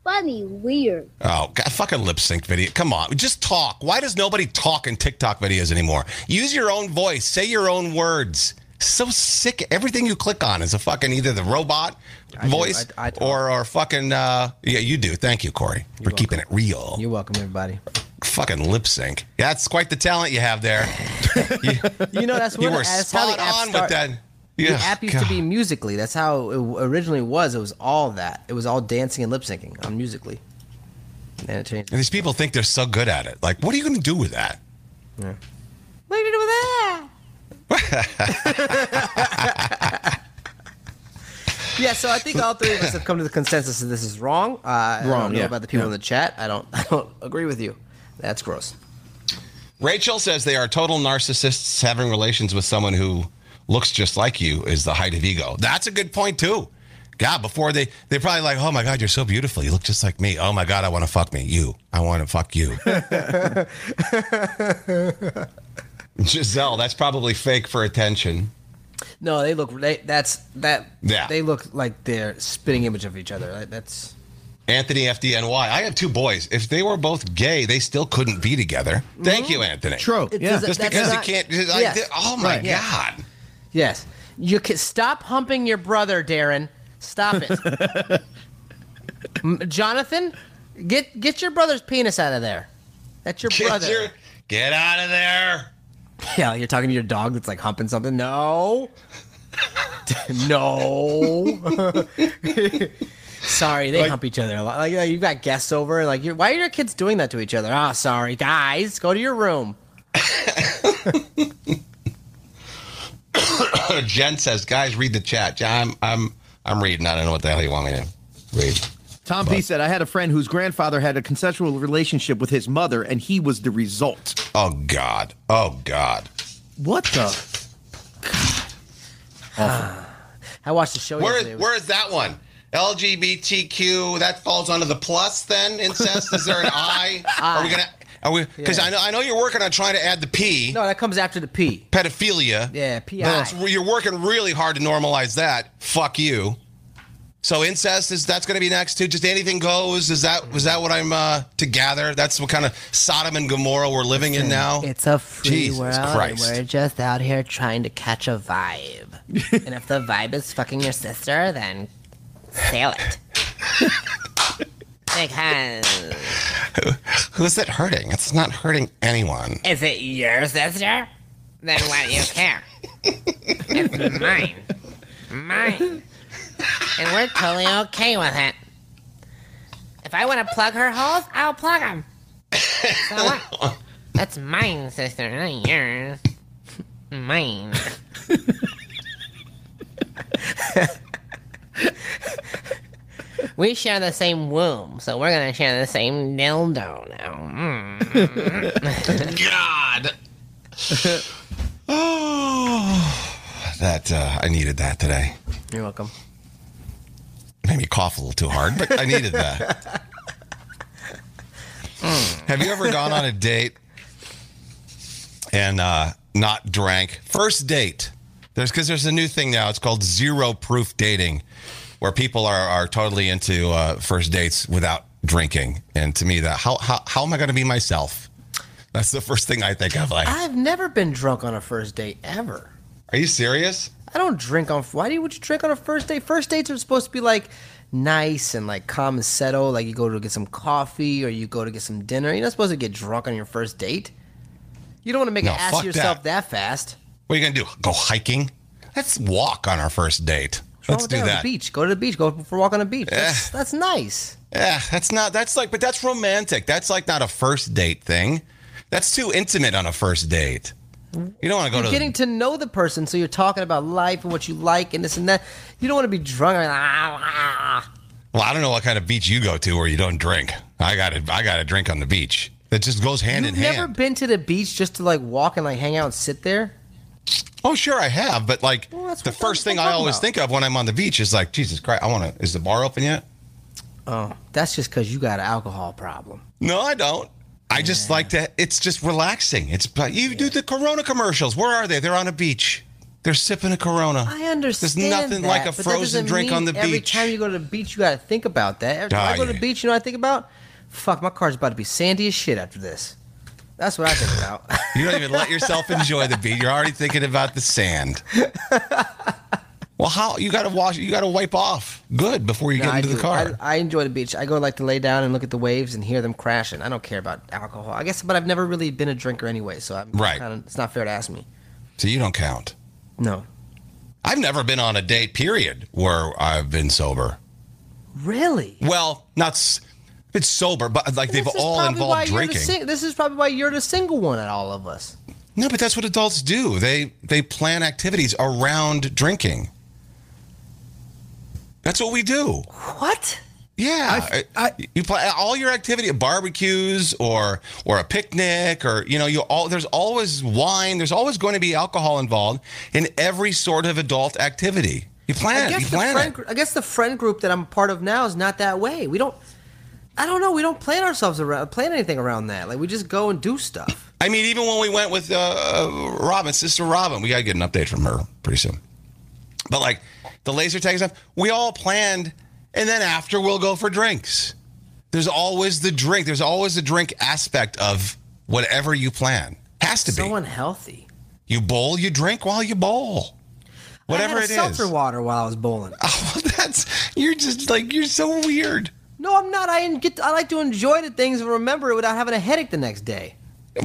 [SPEAKER 7] Funny, weird.
[SPEAKER 2] Oh, God, fucking lip sync video. Come on. Just talk. Why does nobody talk in TikTok videos anymore? Use your own voice. Say your own words. So sick. Everything you click on is a fucking either the robot voice
[SPEAKER 4] I- I talk.
[SPEAKER 2] or, or fucking, uh, yeah, you do. Thank you, Corey, for keeping it real.
[SPEAKER 4] You're welcome, everybody.
[SPEAKER 2] fucking lip sync. Yeah, that's quite the talent you have there. you,
[SPEAKER 4] You know that's
[SPEAKER 2] you
[SPEAKER 4] what
[SPEAKER 2] were
[SPEAKER 4] that's how
[SPEAKER 2] spot
[SPEAKER 4] the app
[SPEAKER 2] on
[SPEAKER 4] start-
[SPEAKER 2] with that.
[SPEAKER 4] The
[SPEAKER 2] Yeah,
[SPEAKER 4] app used to
[SPEAKER 2] God.
[SPEAKER 4] be musically. That's how it w- originally was. It was all that. It was all dancing and lip syncing on musically. And it changed.
[SPEAKER 2] And these people think they're so good at it. Like, what are you going to do with that?
[SPEAKER 4] What did you do with that? yeah, so I think all three of us have come to the consensus that this is wrong. Uh, I
[SPEAKER 5] Wrong,
[SPEAKER 4] don't know
[SPEAKER 5] yeah,
[SPEAKER 4] about the people
[SPEAKER 5] yeah.
[SPEAKER 4] in the chat. I don't. I don't agree with you. That's gross.
[SPEAKER 2] Rachel says they are total narcissists. Having relations with someone who looks just like you is the height of ego. That's a good point too. God, before they they probably like, oh my God, you're so beautiful. You look just like me. Oh my God, I want to fuck me. You, I want to fuck you. Giselle, that's probably fake for attention.
[SPEAKER 4] No, they look. They, that's that.
[SPEAKER 2] Yeah.
[SPEAKER 4] They look like they're spitting image of each other. Like, That's
[SPEAKER 2] Anthony FDNY. I have two boys. If they were both gay, they still couldn't be together. Thank you, Anthony.
[SPEAKER 5] True.
[SPEAKER 4] It
[SPEAKER 5] yeah.
[SPEAKER 4] doesn't-
[SPEAKER 2] Just
[SPEAKER 4] Mm-hmm. That's
[SPEAKER 2] because
[SPEAKER 4] not-
[SPEAKER 2] you can't. Like,
[SPEAKER 4] Yes.
[SPEAKER 2] Oh my
[SPEAKER 4] Right. Yeah.
[SPEAKER 2] God.
[SPEAKER 4] yes. You can stop humping your brother, Darren. Stop it, M- Jonathan. Get get your brother's penis out of there. That's your
[SPEAKER 2] Get,
[SPEAKER 4] brother.
[SPEAKER 2] your- get out of there.
[SPEAKER 4] Yeah, you're talking to your dog that's like humping something. No. no. sorry, they hump each other a lot. Like, like, you've got guests over, and like, you're, why are your kids doing that to each other? Ah, sorry, guys, go to your room.
[SPEAKER 2] Jen says, "Guys, read the chat." I'm I'm I'm reading. I don't know what the hell you want me to read.
[SPEAKER 5] Tom P said, I had a friend whose grandfather had a consensual relationship with his mother, and he was the result.
[SPEAKER 2] Oh God! Oh God!
[SPEAKER 5] What the?
[SPEAKER 4] I watched the show
[SPEAKER 2] Where
[SPEAKER 4] yesterday.
[SPEAKER 2] is
[SPEAKER 4] It was-
[SPEAKER 2] where is that one? LGBTQ. That falls under the plus. Then incest. Is there an I? Are we gonna? Are we? Because
[SPEAKER 4] Yeah.
[SPEAKER 2] I know I know you're working on trying to add the P.
[SPEAKER 4] no, that comes after the P.
[SPEAKER 2] Pedophilia.
[SPEAKER 4] Yeah, PI.
[SPEAKER 2] That's- You're working really hard to normalize that. Fuck you. So incest is that's going to be next too. Just anything goes. Is that was that what I'm uh, to gather? That's what kind of Sodom and Gomorrah we're living in now.
[SPEAKER 4] It's a free
[SPEAKER 2] Jesus
[SPEAKER 4] world. and
[SPEAKER 2] Christ.
[SPEAKER 4] We're just out here trying to catch a vibe. and if the vibe is fucking your sister, then sail it. because
[SPEAKER 2] Who's it hurting? It's not hurting anyone.
[SPEAKER 3] Is it your sister? Then why do you care? it's mine. Mine. And we're totally okay with it. If I want to plug her holes, I'll plug them. So what? That's mine, sister, not yours. Mine. we share the same womb, so we're gonna share the same dildo now. Mm.
[SPEAKER 2] God. oh, that uh, I needed that today.
[SPEAKER 4] You're welcome.
[SPEAKER 2] Made me cough a little too hard, but I needed that. Have you ever gone on a date and uh, not drank? First date. There's because there's a new thing now. It's called zero proof dating, where people are are totally into uh, first dates without drinking. And to me, that how how, how am I going to be myself? That's the first thing I think of. Like,
[SPEAKER 4] I've never been drunk on a first date ever.
[SPEAKER 2] are you serious?
[SPEAKER 4] I don't drink on. Why do you, would you drink on a first date? First dates are supposed to be like nice and like calm and settle. Like you go to get some coffee or you go to get some dinner. You're not supposed to get drunk on your first date. You don't want to make
[SPEAKER 2] No,
[SPEAKER 4] an ass
[SPEAKER 2] fuck
[SPEAKER 4] of yourself
[SPEAKER 2] that.
[SPEAKER 4] that, fast.
[SPEAKER 2] What are you going to do? Go hiking? Let's walk on our first date.
[SPEAKER 4] What's wrong
[SPEAKER 2] Let's
[SPEAKER 4] with
[SPEAKER 2] do
[SPEAKER 4] On
[SPEAKER 2] that. Eh.
[SPEAKER 4] The beach. Go to the beach. Go for a walk on the beach. That's, that's nice.
[SPEAKER 2] Yeah, Eh, that's not. That's like, but that's romantic. That's like not a first date thing. That's too intimate on a first date. You don't want to go
[SPEAKER 4] You're
[SPEAKER 2] to.
[SPEAKER 4] getting to know the person, so you're talking about life and what you like and this and that. You don't want to be drunk. Like, "Ah, ah, ah."
[SPEAKER 2] well, I don't know what kind of beach you go to where you don't drink. I got to I got to drink on the beach. That just goes hand
[SPEAKER 4] You've
[SPEAKER 2] in
[SPEAKER 4] never
[SPEAKER 2] hand.
[SPEAKER 4] been to the beach just to like walk and like hang out and sit there.
[SPEAKER 2] oh, sure, I have, but like
[SPEAKER 4] Well, that's
[SPEAKER 2] the
[SPEAKER 4] what-
[SPEAKER 2] first
[SPEAKER 4] that's
[SPEAKER 2] thing
[SPEAKER 4] what I'm
[SPEAKER 2] I
[SPEAKER 4] talking
[SPEAKER 2] always
[SPEAKER 4] about.
[SPEAKER 2] think of when I'm on the beach is like, Jesus Christ, I want to. Is the bar open yet?
[SPEAKER 4] Oh, that's just because you got an alcohol problem.
[SPEAKER 2] No, I don't. I just like to. It's just relaxing. It's but you do the Corona commercials. Where are they? They're on a beach. They're sipping a Corona.
[SPEAKER 4] I understand.
[SPEAKER 2] There's nothing
[SPEAKER 4] that,
[SPEAKER 2] like a
[SPEAKER 4] but that
[SPEAKER 2] frozen
[SPEAKER 4] doesn't
[SPEAKER 2] drink on
[SPEAKER 4] mean
[SPEAKER 2] the
[SPEAKER 4] Every
[SPEAKER 2] beach.
[SPEAKER 4] time you go to the beach, you got to think about that. Every time I go to
[SPEAKER 2] Die.
[SPEAKER 4] the beach, you know what I think about? Fuck, my car's about to be sandy as shit after this. That's what I think about.
[SPEAKER 2] You don't even let yourself enjoy the beach. You're already thinking about the sand. Well, how you got to wash? You got to wipe off good before you
[SPEAKER 4] No,
[SPEAKER 2] get
[SPEAKER 4] I
[SPEAKER 2] into the
[SPEAKER 4] do.
[SPEAKER 2] car.
[SPEAKER 4] I, I enjoy the beach. I go like to lay down and look at the waves and hear them crashing. I don't care about alcohol. I guess, but I've never really been a drinker anyway, so I'm
[SPEAKER 2] Right.
[SPEAKER 4] Kinda, it's not fair to ask me.
[SPEAKER 2] so you don't count.
[SPEAKER 4] No,
[SPEAKER 2] I've never been on a date period where I've been sober.
[SPEAKER 4] really.
[SPEAKER 2] Well, not s- been sober, but like they've
[SPEAKER 4] This is
[SPEAKER 2] all
[SPEAKER 4] probably why
[SPEAKER 2] involved
[SPEAKER 4] you're the
[SPEAKER 2] drinking.
[SPEAKER 4] sing- this is probably why you're the single one at all of us.
[SPEAKER 2] No, but that's what adults do. They they plan activities around drinking. That's what we do.
[SPEAKER 4] What?
[SPEAKER 2] Yeah,
[SPEAKER 5] I- I-
[SPEAKER 2] you plan all your activity, barbecues or or a picnic, or you know, you all there's always wine. There's always going to be alcohol involved in every sort of adult activity. You plan
[SPEAKER 4] I
[SPEAKER 2] it. You
[SPEAKER 4] guess the
[SPEAKER 2] plan
[SPEAKER 4] friend.
[SPEAKER 2] it.
[SPEAKER 4] gr- I guess the friend group that I'm a part of now is not that way. We don't. I don't know. We don't plan ourselves around plan anything around that. Like we just go and do stuff.
[SPEAKER 2] I mean, even when we went with uh, Robin, sister Robin, we got to get an update from her pretty soon. But like the laser tag stuff, we all planned, and then after we'll go for drinks. There's always the drink. There's always the drink aspect of whatever you plan. Has to
[SPEAKER 4] so
[SPEAKER 2] be.
[SPEAKER 4] unhealthy.
[SPEAKER 2] You bowl, you drink while you bowl. Whatever
[SPEAKER 4] I
[SPEAKER 2] it
[SPEAKER 4] had a
[SPEAKER 2] is.
[SPEAKER 4] seltzer water while I was bowling.
[SPEAKER 2] Oh, that's you're just like you're so weird.
[SPEAKER 4] No, I'm not. I didn't get. I like to enjoy the things and remember it without having a headache the next day.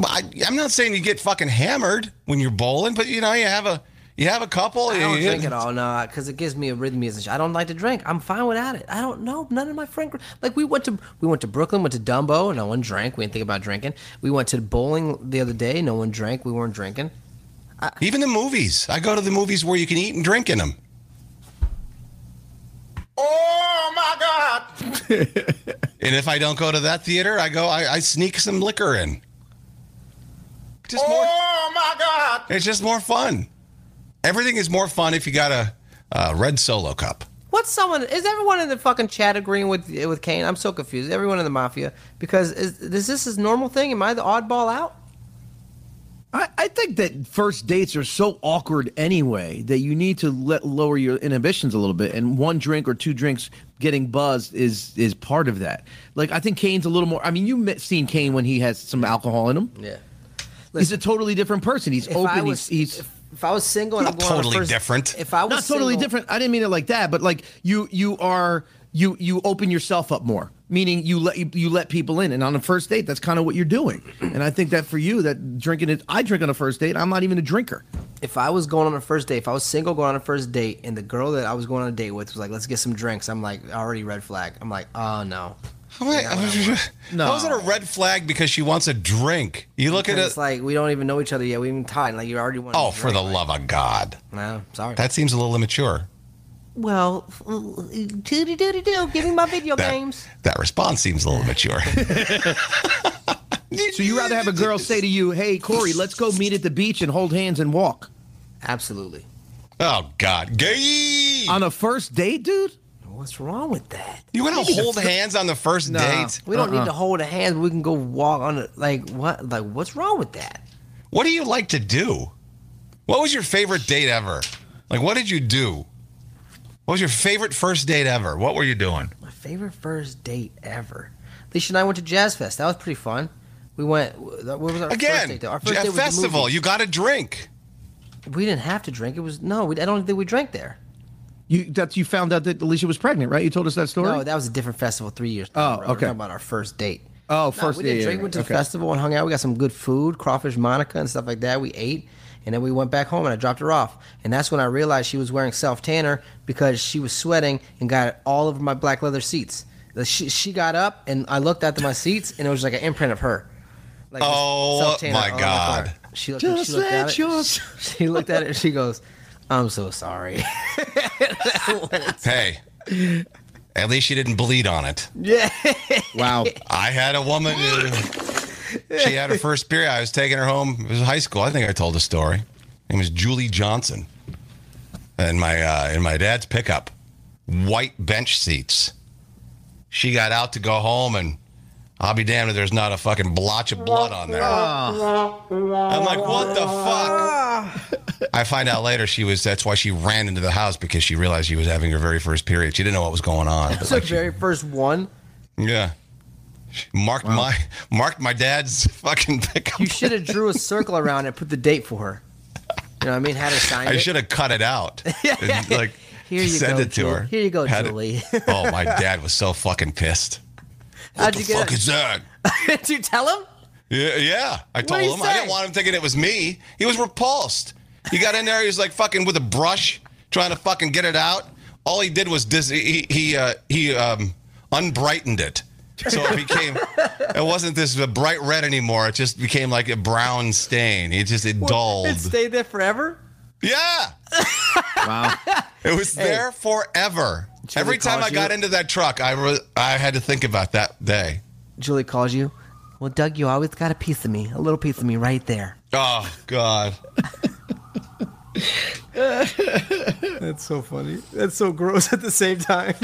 [SPEAKER 2] I, I'm not saying you get fucking hammered when you're bowling, but you know you have a you have a couple.
[SPEAKER 4] I don't
[SPEAKER 2] you-
[SPEAKER 4] drink at all, no, because it gives me arrhythmias and shit. I don't like to drink. I'm fine without it. I don't know. None of my friend group. Like we went to we went to Brooklyn, went to Dumbo. No one drank. We didn't think about drinking. We went to bowling the other day. No one drank. We weren't drinking.
[SPEAKER 2] Even the movies. I go to the movies where you can eat and drink in them.
[SPEAKER 6] Oh my God.
[SPEAKER 2] And if I don't go to that theater, I go I, I sneak some liquor in. Just more
[SPEAKER 6] Oh my God.
[SPEAKER 2] it's just more fun. Everything is more fun if you got a, uh red solo cup.
[SPEAKER 4] What's someone? Is everyone in the fucking chat agreeing with with Kane? I'm so confused. Everyone in the mafia because is, is this his normal thing? Am I the oddball out?
[SPEAKER 5] I, I think that first dates are so awkward anyway that you need to let lower your inhibitions a little bit, and one drink or two drinks getting buzzed is is part of that. Like I think Kane's a little more. I mean, you've seen Kane when he has some alcohol in him.
[SPEAKER 4] Yeah.
[SPEAKER 5] he's a totally different person. He's
[SPEAKER 4] If
[SPEAKER 5] open.
[SPEAKER 4] I was
[SPEAKER 5] he's, he's
[SPEAKER 4] if, if I was single and
[SPEAKER 2] Not
[SPEAKER 4] I'm going on a
[SPEAKER 2] totally
[SPEAKER 4] first-
[SPEAKER 2] different.
[SPEAKER 4] If I was
[SPEAKER 5] not totally
[SPEAKER 4] single-
[SPEAKER 5] different. I didn't mean it like that, but like you you are you you open yourself up more. Meaning you let you, you let people in, and on a first date, that's kind of what you're doing. And I think that for you, that drinking it, I drink on a first date. I'm not even a drinker.
[SPEAKER 4] if I was going on a first date, if I was single going on a first date, and the girl that I was going on a date with was like, "Let's get some drinks," I'm like, already red flag. I'm like, oh no.
[SPEAKER 2] I'm like,
[SPEAKER 5] No.
[SPEAKER 2] How is it a red flag because she wants a drink? You look
[SPEAKER 4] Because
[SPEAKER 2] at it
[SPEAKER 4] it's like we don't even know each other yet. We haven't tied. Like you already want.
[SPEAKER 2] Oh,
[SPEAKER 4] to
[SPEAKER 2] for the love of God.
[SPEAKER 4] No, sorry.
[SPEAKER 2] That seems a little immature.
[SPEAKER 4] well, tooty dooty doo. Give me my video
[SPEAKER 2] That,
[SPEAKER 4] games.
[SPEAKER 2] that response seems a little immature.
[SPEAKER 5] So you rather have a girl say to you, "Hey, Corey, let's go meet at the beach and hold hands and walk."
[SPEAKER 4] Absolutely.
[SPEAKER 2] oh God. Gay
[SPEAKER 5] On a first date, dude?
[SPEAKER 4] What's wrong with that?
[SPEAKER 2] You want to hold hands on the first date?
[SPEAKER 4] Uh-uh. We don't need to hold a hand. We can go walk on it. Like what? Like what's wrong with that?
[SPEAKER 2] What do you like to do? What was your favorite date ever? Like, what did you do? What was your favorite first date ever? What were you doing?
[SPEAKER 4] My favorite first date ever. Alicia and I went to Jazz Fest. That was pretty fun. We went. Where was our first
[SPEAKER 2] Again,
[SPEAKER 4] date? Though? Our first
[SPEAKER 2] a
[SPEAKER 4] date was the
[SPEAKER 2] festival.
[SPEAKER 4] movie.
[SPEAKER 2] You got a drink.
[SPEAKER 4] We didn't have to drink. It was no. We, I don't think we drank there.
[SPEAKER 5] You that's you found out that Alicia was pregnant, right? You told us that story.
[SPEAKER 4] No, that was a different festival three years.
[SPEAKER 5] Oh,
[SPEAKER 4] ago. We're
[SPEAKER 5] okay.
[SPEAKER 4] talking about our first date.
[SPEAKER 5] Oh,
[SPEAKER 4] No,
[SPEAKER 5] first
[SPEAKER 4] we didn't
[SPEAKER 5] date,
[SPEAKER 4] drink.
[SPEAKER 5] yeah,
[SPEAKER 4] went to
[SPEAKER 5] okay.
[SPEAKER 4] the festival and hung out. We got some good food, crawfish Monica and stuff like that. We ate, and then we went back home and I dropped her off. And that's when I realized she was wearing self tanner because she was sweating and got it all over my black leather seats. The- She, she got up and I looked at my seats and it was like an imprint of her. Like just
[SPEAKER 2] Oh,
[SPEAKER 4] self-tanner
[SPEAKER 2] my
[SPEAKER 4] all over
[SPEAKER 2] God.
[SPEAKER 4] car. She looked,
[SPEAKER 5] Just
[SPEAKER 4] she looked at
[SPEAKER 5] let
[SPEAKER 4] it.
[SPEAKER 5] your-
[SPEAKER 4] She looked at it and she goes, "I'm so sorry."
[SPEAKER 2] Hey, at least you didn't bleed on it.
[SPEAKER 5] wow.
[SPEAKER 2] I had a woman. who- she had her first period. I was taking her home. It was high school. I think I told the story. Her name was Julie Johnson. And my uh, in my dad's pickup, white bench seats. She got out to go home, and I'll be damned if there's not a fucking blotch of blood on there. I'm like, what the fuck? I find out later she was. That's why she ran into the house because she realized she was having her very first period. She didn't know what was going on. but,
[SPEAKER 4] It's
[SPEAKER 2] like,
[SPEAKER 4] the
[SPEAKER 2] she-
[SPEAKER 4] very first one.
[SPEAKER 2] yeah. She Marked my marked my dad's fucking pickup.
[SPEAKER 4] You should have drew a circle around it, put the date for her. You know what I mean? Had her sign
[SPEAKER 2] I
[SPEAKER 4] it.
[SPEAKER 2] should have cut it out. And, like
[SPEAKER 4] Here you
[SPEAKER 2] send
[SPEAKER 4] go,
[SPEAKER 2] it to
[SPEAKER 4] Jul-
[SPEAKER 2] her.
[SPEAKER 4] here you go,
[SPEAKER 2] Had it-
[SPEAKER 4] Julie.
[SPEAKER 2] oh, my dad was so fucking pissed. What
[SPEAKER 4] How'd you
[SPEAKER 2] the
[SPEAKER 4] get
[SPEAKER 2] fuck
[SPEAKER 4] it?
[SPEAKER 2] is that?
[SPEAKER 4] Did you tell him?
[SPEAKER 2] Yeah, yeah. I told
[SPEAKER 4] do you
[SPEAKER 2] him I
[SPEAKER 4] say?
[SPEAKER 2] didn't want him thinking it was me. He was repulsed. He got in there. He was like fucking with a brush, trying to fucking get it out. All he did was dis- he he uh, he um, unbrightened it, so it became it wasn't this bright red anymore. It just became like a brown stain. It just it dulled.
[SPEAKER 4] It stayed there forever?
[SPEAKER 2] yeah,
[SPEAKER 5] Wow.
[SPEAKER 2] it was there forever.
[SPEAKER 4] Should we
[SPEAKER 2] Every time
[SPEAKER 4] cause
[SPEAKER 2] I got
[SPEAKER 4] you?
[SPEAKER 2] into that truck, I re- I had to think about that day.
[SPEAKER 4] Julie calls you. Well, Doug, you always got a piece of me, a little piece of me right there.
[SPEAKER 2] Oh God.
[SPEAKER 4] That's so funny. That's so gross at the same time.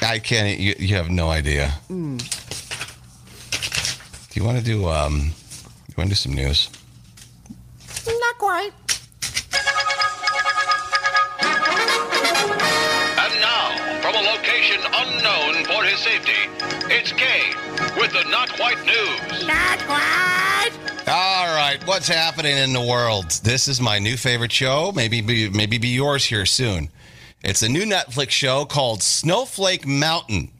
[SPEAKER 2] I can't. e-, You, you have no idea. Do you want to do? Um, you want to do some news?
[SPEAKER 4] Not quite.
[SPEAKER 8] And now, from a location unknown for his safety, it's Kane with the Not Quite News.
[SPEAKER 2] All right. What's happening in the world? This is my new favorite show. Maybe be, maybe be yours here soon. It's a new Netflix show called Snowflake Mountain.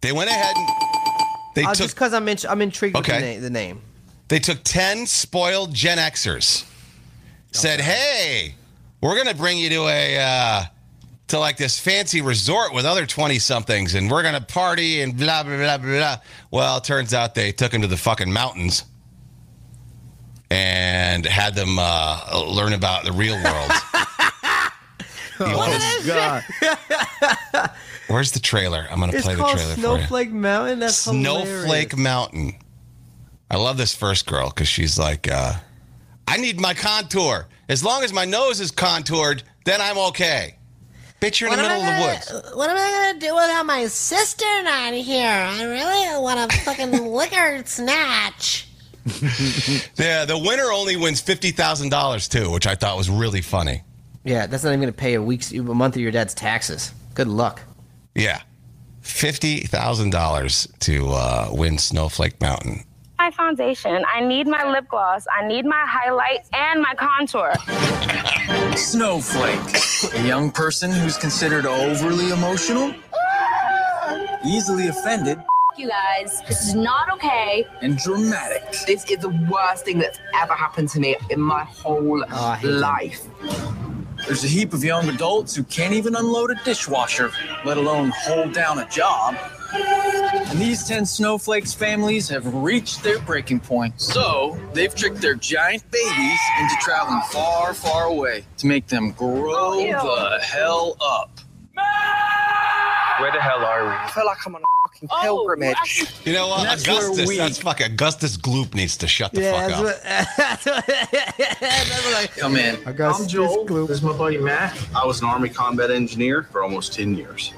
[SPEAKER 2] They went ahead and they
[SPEAKER 4] Uh,
[SPEAKER 2] took
[SPEAKER 4] just because I'm, in- I'm intrigued with
[SPEAKER 2] Okay.
[SPEAKER 4] the, na- the name.
[SPEAKER 2] They took 10 spoiled Gen Xers, said, hey, we're going to bring you to a, uh, to like this fancy resort with other 20 somethings and we're going to party and blah, blah, blah, blah, blah. Well, it turns out they took them to the fucking mountains and had them uh, learn about the real world. You wanna-
[SPEAKER 5] Oh, God.
[SPEAKER 2] where's the trailer? I'm going to
[SPEAKER 4] It's
[SPEAKER 2] play the
[SPEAKER 4] called
[SPEAKER 2] trailer for you.
[SPEAKER 4] Snowflake Mountain. That's
[SPEAKER 2] Snowflake
[SPEAKER 4] hilarious.
[SPEAKER 2] Mountain. I love this first girl because she's like, uh, I need my contour. As long as my nose is contoured, then I'm okay. Bitch, you're in the middle of the woods.
[SPEAKER 4] uh,
[SPEAKER 3] What am I gonna do without my sister not here? I really want to fucking lick her snatch.
[SPEAKER 2] Yeah, the winner only wins fifty thousand dollars too, which I thought was really funny.
[SPEAKER 4] Yeah, that's not even going to pay a week's, a month of your dad's taxes. Good luck.
[SPEAKER 2] Yeah, fifty thousand dollars to uh, win Snowflake Mountain.
[SPEAKER 9] my foundation. I need my lip gloss. I need my highlight and my contour.
[SPEAKER 10] Snowflake, a young person who's considered overly emotional, easily offended,
[SPEAKER 11] you guys. This is not okay.
[SPEAKER 10] and dramatic.
[SPEAKER 11] This is the worst thing that's ever happened to me in my
[SPEAKER 12] Oh,
[SPEAKER 11] whole
[SPEAKER 4] I hate them.
[SPEAKER 11] life.
[SPEAKER 10] There's a heap of young adults who can't even unload a dishwasher, let alone hold down a job. And these 10 snowflakes families have reached their breaking point. So they've tricked their giant babies into traveling far, far away to make them
[SPEAKER 11] Oh,
[SPEAKER 10] grow the hell up. Where the hell are we?
[SPEAKER 11] I feel like I'm on a fucking pilgrimage.
[SPEAKER 2] You know what,
[SPEAKER 10] That's where
[SPEAKER 2] Augustus?
[SPEAKER 10] we-
[SPEAKER 2] That's fuck. Augustus Gloop needs to shut the
[SPEAKER 4] Yeah,
[SPEAKER 2] fuck up.
[SPEAKER 4] that's what, that's what I-
[SPEAKER 10] Come in.
[SPEAKER 4] I got
[SPEAKER 10] I'm
[SPEAKER 4] this
[SPEAKER 10] Joel.
[SPEAKER 4] glue.
[SPEAKER 10] This is my buddy Matt. I was an Army combat engineer for almost 10 years.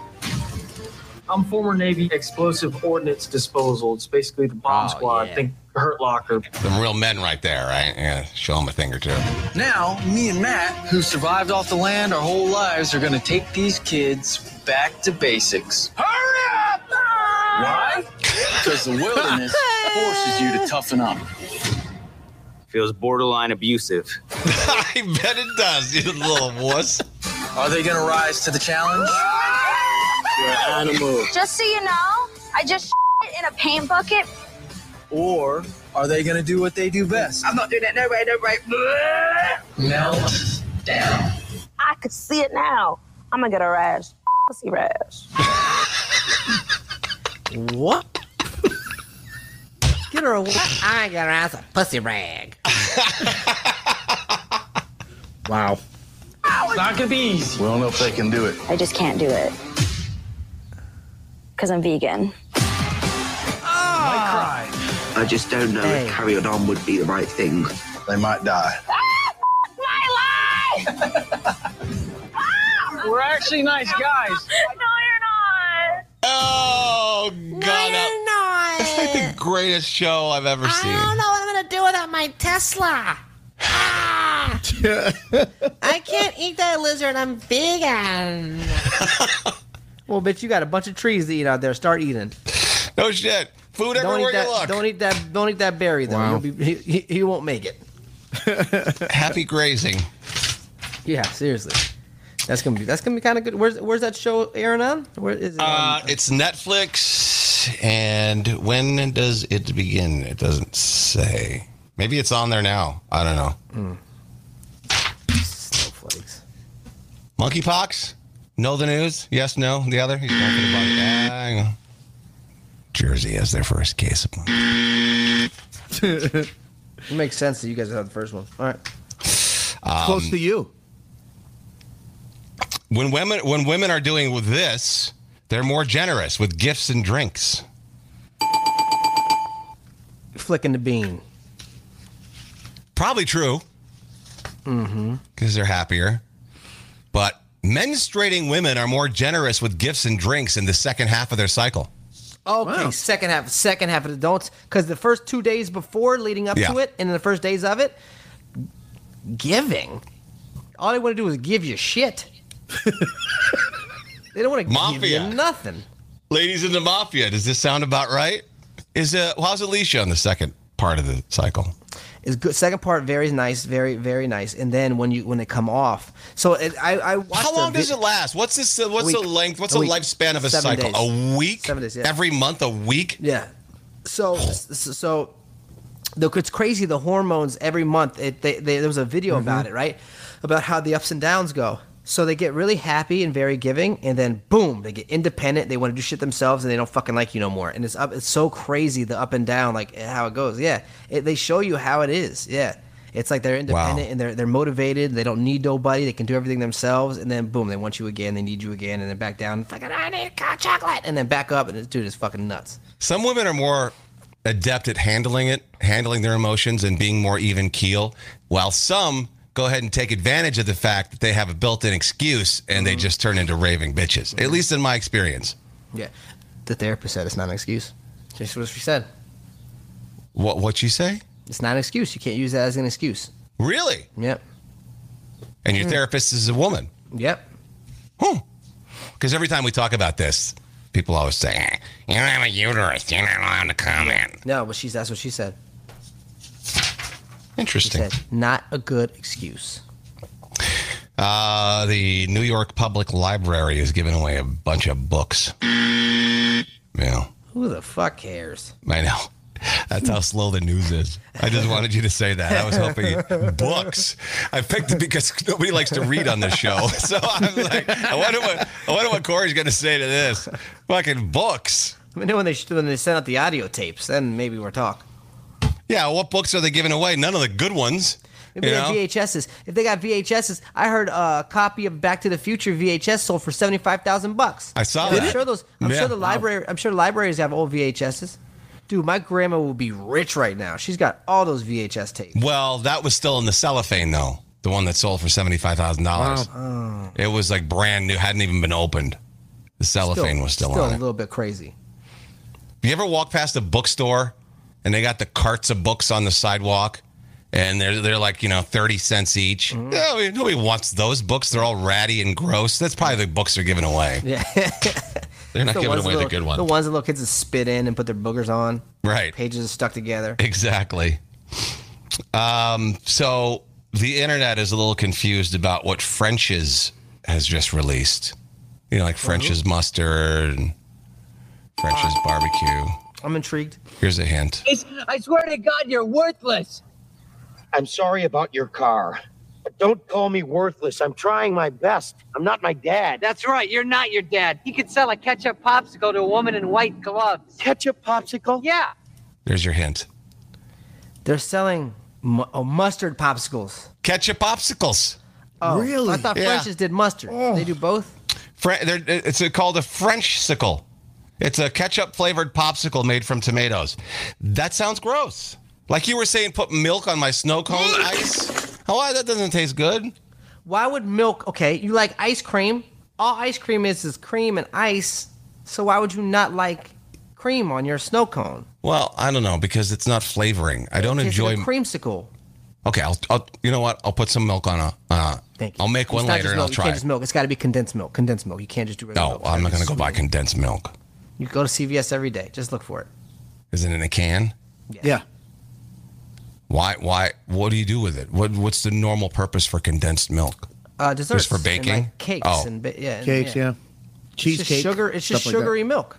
[SPEAKER 12] I'm former Navy explosive ordnance disposal. It's basically the bomb
[SPEAKER 4] Oh,
[SPEAKER 12] squad.
[SPEAKER 4] yeah.
[SPEAKER 12] Think Hurt Locker.
[SPEAKER 2] Them real men right there, right? Yeah, show them a thing or two.
[SPEAKER 10] Now, me and Matt, who survived off the land our whole lives, are going to take these kids back to basics. Hurry up! Why? Because the wilderness forces you to toughen up.
[SPEAKER 12] Feels borderline abusive.
[SPEAKER 2] I bet it does. You little wuss.
[SPEAKER 10] Are they going to rise to the challenge?
[SPEAKER 9] Just so you know, I just in a paint bucket.
[SPEAKER 10] Or are they going to do what they do best?
[SPEAKER 11] I'm not doing it. No way, no way.
[SPEAKER 10] Melt down.
[SPEAKER 9] I could see it now. I'm gonna get a rash. Pussy rash.
[SPEAKER 4] What? Get her away.
[SPEAKER 3] I ain't gonna ask a pussy rag.
[SPEAKER 5] Wow.
[SPEAKER 10] Not going to be easy.
[SPEAKER 8] We don't know if they can do it.
[SPEAKER 9] I just can't do it. Because I'm vegan.
[SPEAKER 11] I just don't know
[SPEAKER 4] Hey.
[SPEAKER 11] if carrying on would be the right thing.
[SPEAKER 8] They might die.
[SPEAKER 9] My life!
[SPEAKER 10] We're actually nice guys.
[SPEAKER 9] no, you're not.
[SPEAKER 2] Oh God!
[SPEAKER 3] you're not.
[SPEAKER 2] That's like the greatest show I've ever
[SPEAKER 3] I don't
[SPEAKER 2] seen.
[SPEAKER 3] know what I'm gonna do without my Tesla. Ah, I can't eat that lizard. I'm vegan.
[SPEAKER 4] Well, bitch, you got a bunch of trees to eat out there. Start eating.
[SPEAKER 2] No shit. Food
[SPEAKER 4] don't
[SPEAKER 2] everywhere
[SPEAKER 4] eat
[SPEAKER 2] you
[SPEAKER 4] that,
[SPEAKER 2] look.
[SPEAKER 4] Don't eat that. Don't eat that berry, though.
[SPEAKER 2] Wow.
[SPEAKER 4] You'll be, he, he- he won't make it.
[SPEAKER 2] Happy grazing.
[SPEAKER 4] Yeah, seriously. That's gonna be. That's gonna be kind of good. Where's Where's that show airing on? Where is it?
[SPEAKER 2] Uh, it's Netflix, and when does it begin? It doesn't say. Maybe it's on there now. I don't know.
[SPEAKER 4] Snowflakes.
[SPEAKER 2] Monkeypox? Know the news? Yes, no, the other. He's going for the body. Dang. Jersey has their first case of
[SPEAKER 4] it makes sense that you guys have the first one. All right.
[SPEAKER 2] Close to
[SPEAKER 5] you.
[SPEAKER 2] When women when women are doing with this, they're more generous with gifts and drinks.
[SPEAKER 4] Flicking the bean.
[SPEAKER 2] Probably true.
[SPEAKER 4] Mm-hmm.
[SPEAKER 2] because they're happier. But menstruating women are more generous with gifts and drinks in the second half of their cycle.
[SPEAKER 4] Okay, second half, second half of the don'ts, because the first two days before leading up
[SPEAKER 2] Yeah.
[SPEAKER 4] to it, and the first days of it, giving. All they want to do is give you shit. they don't want to give
[SPEAKER 2] Mafia.
[SPEAKER 4] you nothing.
[SPEAKER 2] Ladies in the mafia, does this sound about right? Is uh, how's Alicia on the second part of the cycle?
[SPEAKER 4] It's good. Second part, very nice, very very nice. And then when you when they come off, so it, I I watched
[SPEAKER 2] How
[SPEAKER 4] a
[SPEAKER 2] long
[SPEAKER 4] vi-
[SPEAKER 2] does it last? What's this? Uh, what's
[SPEAKER 4] Week.
[SPEAKER 2] the length? What's
[SPEAKER 4] A
[SPEAKER 2] the
[SPEAKER 4] week.
[SPEAKER 2] lifespan of a
[SPEAKER 4] Seven
[SPEAKER 2] cycle?
[SPEAKER 4] days.
[SPEAKER 2] A week?
[SPEAKER 4] Seven days, yeah.
[SPEAKER 2] Every month, a week?
[SPEAKER 4] Yeah. So so- so the, it's crazy the hormones every month it, they, they, there was a video about it right about how the ups and downs go so they get really happy and very giving and then boom they get independent they want to do shit themselves and they don't fucking like you no more and it's up it's so crazy the up and down like eh, how it goes yeah it, they show you how it is yeah it's like they're independent and they're, they're motivated they don't need nobody they can do everything themselves and then boom they want you again they need you again and then back down fucking i need hot chocolate and then back up and it's, dude it's fucking nuts
[SPEAKER 2] Some women are more adept at handling it, handling their emotions, and being more even keel, while some go ahead and take advantage of the fact that they have a built in excuse and they just turn into raving bitches, at least in my experience.
[SPEAKER 4] Yeah. The therapist said it's not an excuse. Just what she said.
[SPEAKER 2] What, what'd you say?
[SPEAKER 4] It's not an excuse. You can't use that as an excuse.
[SPEAKER 2] Really?
[SPEAKER 4] Yep.
[SPEAKER 2] And your
[SPEAKER 4] Hmm.
[SPEAKER 2] therapist is a woman?
[SPEAKER 4] Yep.
[SPEAKER 2] Because every time we talk about this, people always say, "Eh, You don't have a uterus. You're not allowed to comment.
[SPEAKER 4] No, but she's that's what she said.
[SPEAKER 2] Interesting.
[SPEAKER 4] Not a good excuse.
[SPEAKER 2] Uh, the New York Public Library is giving away a bunch of books. Yeah.
[SPEAKER 4] Who the fuck cares?
[SPEAKER 2] I know. That's how slow the news is. I just wanted you to say that. I was hoping you, books. I picked it because nobody likes to read on this show. So I'm like, I wonder what I wonder what Corey's going to say to this. Fucking books.
[SPEAKER 4] I mean, when they when they send out the audio tapes, then maybe we'll talk.
[SPEAKER 2] Yeah, what books are they giving away? None of the good ones.
[SPEAKER 4] Maybe
[SPEAKER 2] you
[SPEAKER 4] they
[SPEAKER 2] know?
[SPEAKER 4] have VHSs. If they got VHSs, I heard a copy of Back to the Future VHS sold for seventy five thousand bucks.
[SPEAKER 2] I saw
[SPEAKER 4] And I'm
[SPEAKER 2] that.
[SPEAKER 4] sure those. I'm
[SPEAKER 2] Yeah.
[SPEAKER 4] sure the
[SPEAKER 2] Wow.
[SPEAKER 4] library. I'm sure libraries have old VHSs. Dude, my grandma will be rich right now. She's got all those VHS tapes.
[SPEAKER 2] Well, that was still in the cellophane though. The one that sold for seventy five thousand dollars. It was like brand new, hadn't even been opened. The cellophane was still,
[SPEAKER 4] still
[SPEAKER 2] on
[SPEAKER 4] a
[SPEAKER 2] it.
[SPEAKER 4] little bit crazy.
[SPEAKER 2] You ever walk past a bookstore and they got the carts of books on the sidewalk and they're they're like, you know, 30 cents each.
[SPEAKER 4] Mm-hmm.
[SPEAKER 2] Yeah, I mean, nobody wants those books. They're all ratty and gross. That's probably the books they're giving away.
[SPEAKER 4] Yeah.
[SPEAKER 2] They're not
[SPEAKER 4] The
[SPEAKER 2] giving away
[SPEAKER 4] ones that
[SPEAKER 2] the
[SPEAKER 4] little-
[SPEAKER 2] good ones.
[SPEAKER 4] The ones that little kids that spit in and put their boogers on.
[SPEAKER 2] Right.
[SPEAKER 4] Pages are stuck together.
[SPEAKER 2] Exactly. Um, so the internet is a little confused about what French's has just released. You know, like
[SPEAKER 4] Mm-hmm.
[SPEAKER 2] French's mustard and French's barbecue.
[SPEAKER 4] I'm intrigued.
[SPEAKER 2] Here's a hint.
[SPEAKER 13] I swear to God, you're worthless. I'm sorry about your car. But don't call me worthless. I'm trying my best. I'm not my dad.
[SPEAKER 14] That's right. You're not your dad. He could sell a ketchup popsicle to a woman in white gloves.
[SPEAKER 13] Ketchup popsicle?
[SPEAKER 14] Yeah.
[SPEAKER 2] There's your hint.
[SPEAKER 4] They're selling mu- oh, mustard popsicles.
[SPEAKER 2] Ketchup popsicles.
[SPEAKER 4] Oh,
[SPEAKER 2] Really?
[SPEAKER 4] I thought
[SPEAKER 2] Yeah. Oh.
[SPEAKER 4] French's did mustard. They do both.
[SPEAKER 2] Fre- they're, it's a, called a French sickle. It's a ketchup flavored popsicle made from tomatoes. That sounds gross. Like you were saying, put milk on my snow cone ice. Oh, why that doesn't taste good.
[SPEAKER 4] Why would milk? Okay, you like ice cream. All ice cream is is cream and ice. So why would you not like cream on your snow cone?
[SPEAKER 2] Well, I don't know because it's not flavoring. I don't
[SPEAKER 4] Tastes like
[SPEAKER 2] enjoy.
[SPEAKER 4] a creamsicle.
[SPEAKER 2] okay, I'll, I'll. You know what? I'll put some milk on a. Uh,
[SPEAKER 4] Thank you.
[SPEAKER 2] I'll make
[SPEAKER 4] It's
[SPEAKER 2] one
[SPEAKER 4] not
[SPEAKER 2] later
[SPEAKER 4] just
[SPEAKER 2] and I'll
[SPEAKER 4] milk. You
[SPEAKER 2] try.
[SPEAKER 4] can't just milk. It's got to be condensed milk. Condensed milk. You can't just do regular
[SPEAKER 2] No,
[SPEAKER 4] milk.
[SPEAKER 2] I'm not
[SPEAKER 4] It's
[SPEAKER 2] gonna
[SPEAKER 4] gotta
[SPEAKER 2] go
[SPEAKER 4] be
[SPEAKER 2] buy
[SPEAKER 4] sweet.
[SPEAKER 2] condensed milk.
[SPEAKER 4] You go to CVS every day. Just look for it.
[SPEAKER 2] Is it in a can?
[SPEAKER 5] Yeah.
[SPEAKER 2] Why? Why? What do you do with it? What? What's the normal purpose for condensed milk?
[SPEAKER 4] Uh, desserts
[SPEAKER 2] Just for
[SPEAKER 4] and, like,
[SPEAKER 2] baking.
[SPEAKER 4] cakes
[SPEAKER 2] Oh.
[SPEAKER 4] and ba- yeah, and-
[SPEAKER 5] Cakes, yeah.
[SPEAKER 4] It's
[SPEAKER 5] Cheesecake.
[SPEAKER 4] just sugar. It's just
[SPEAKER 5] stuff like that.
[SPEAKER 4] sugary milk.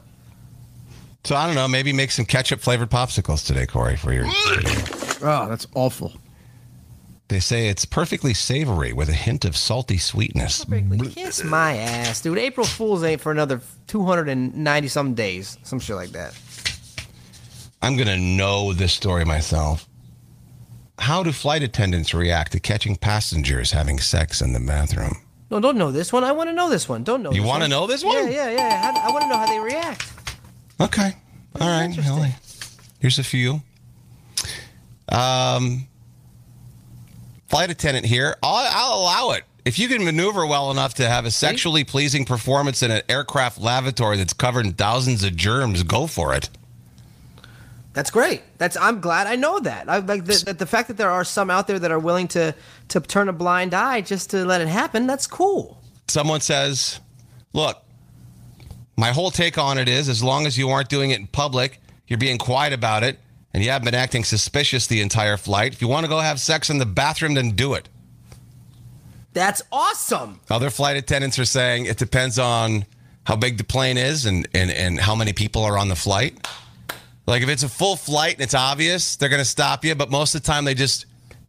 [SPEAKER 2] So I don't know. Maybe make some ketchup flavored popsicles today, Corey. For your.
[SPEAKER 5] Oh, that's awful.
[SPEAKER 2] They say it's perfectly savory with a hint of salty sweetness.
[SPEAKER 4] Kiss my ass, dude. April Fools ain't for another 290 some days. Some shit like that.
[SPEAKER 2] I'm gonna know this story myself. How do flight attendants react to catching passengers having sex in the bathroom?
[SPEAKER 4] No, don't know this one. I want to know this one. Don't know.
[SPEAKER 2] You
[SPEAKER 4] this
[SPEAKER 2] wanna know this one?
[SPEAKER 4] Yeah, yeah, yeah. How- I want to know how they react.
[SPEAKER 2] Okay. All right, Ellie. Here's a few. Um, flight attendant here. I'll, I'll allow it if you can maneuver well enough to have a sexually pleasing performance in an aircraft lavatory that's covered in thousands of germs. Go for it.
[SPEAKER 4] That's great. That's I'm glad I know that. I like the, the, the fact that there are some out there that are willing to to turn a blind eye just to let it happen. That's cool.
[SPEAKER 2] someone says, "Look, my whole take on it is, as long as you aren't doing it in public, you're being quiet about it, and you haven't been acting suspicious the entire flight. If you want to go have sex in the bathroom, then do it."
[SPEAKER 4] That's awesome.
[SPEAKER 2] Other flight attendants are saying it depends on how big the plane is and and and how many people are on the flight. Like if it's a full flight and it's obvious, they're going to stop you. But most of the time, they just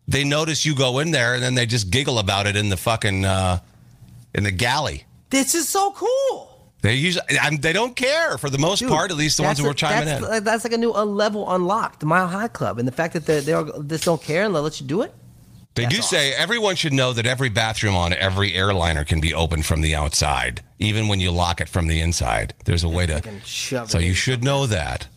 [SPEAKER 2] they notice you go in there and then they just giggle about it in the fucking uh, in the galley.
[SPEAKER 4] This is so cool.
[SPEAKER 2] They usually and they don't care for the most part, at least the ones
[SPEAKER 4] That's
[SPEAKER 2] who were
[SPEAKER 4] a-
[SPEAKER 2] chiming
[SPEAKER 4] that's,
[SPEAKER 2] in.
[SPEAKER 4] like- That's like a new a level unlocked, the Mile High Club, and the fact that they they all just don't care and they'll let you do it.
[SPEAKER 2] they do say everyone should know that every bathroom on every airliner can be opened from the outside, even when you lock it from the inside. There's a way to.
[SPEAKER 4] shove
[SPEAKER 2] So
[SPEAKER 4] it
[SPEAKER 2] you
[SPEAKER 4] in
[SPEAKER 2] should know that.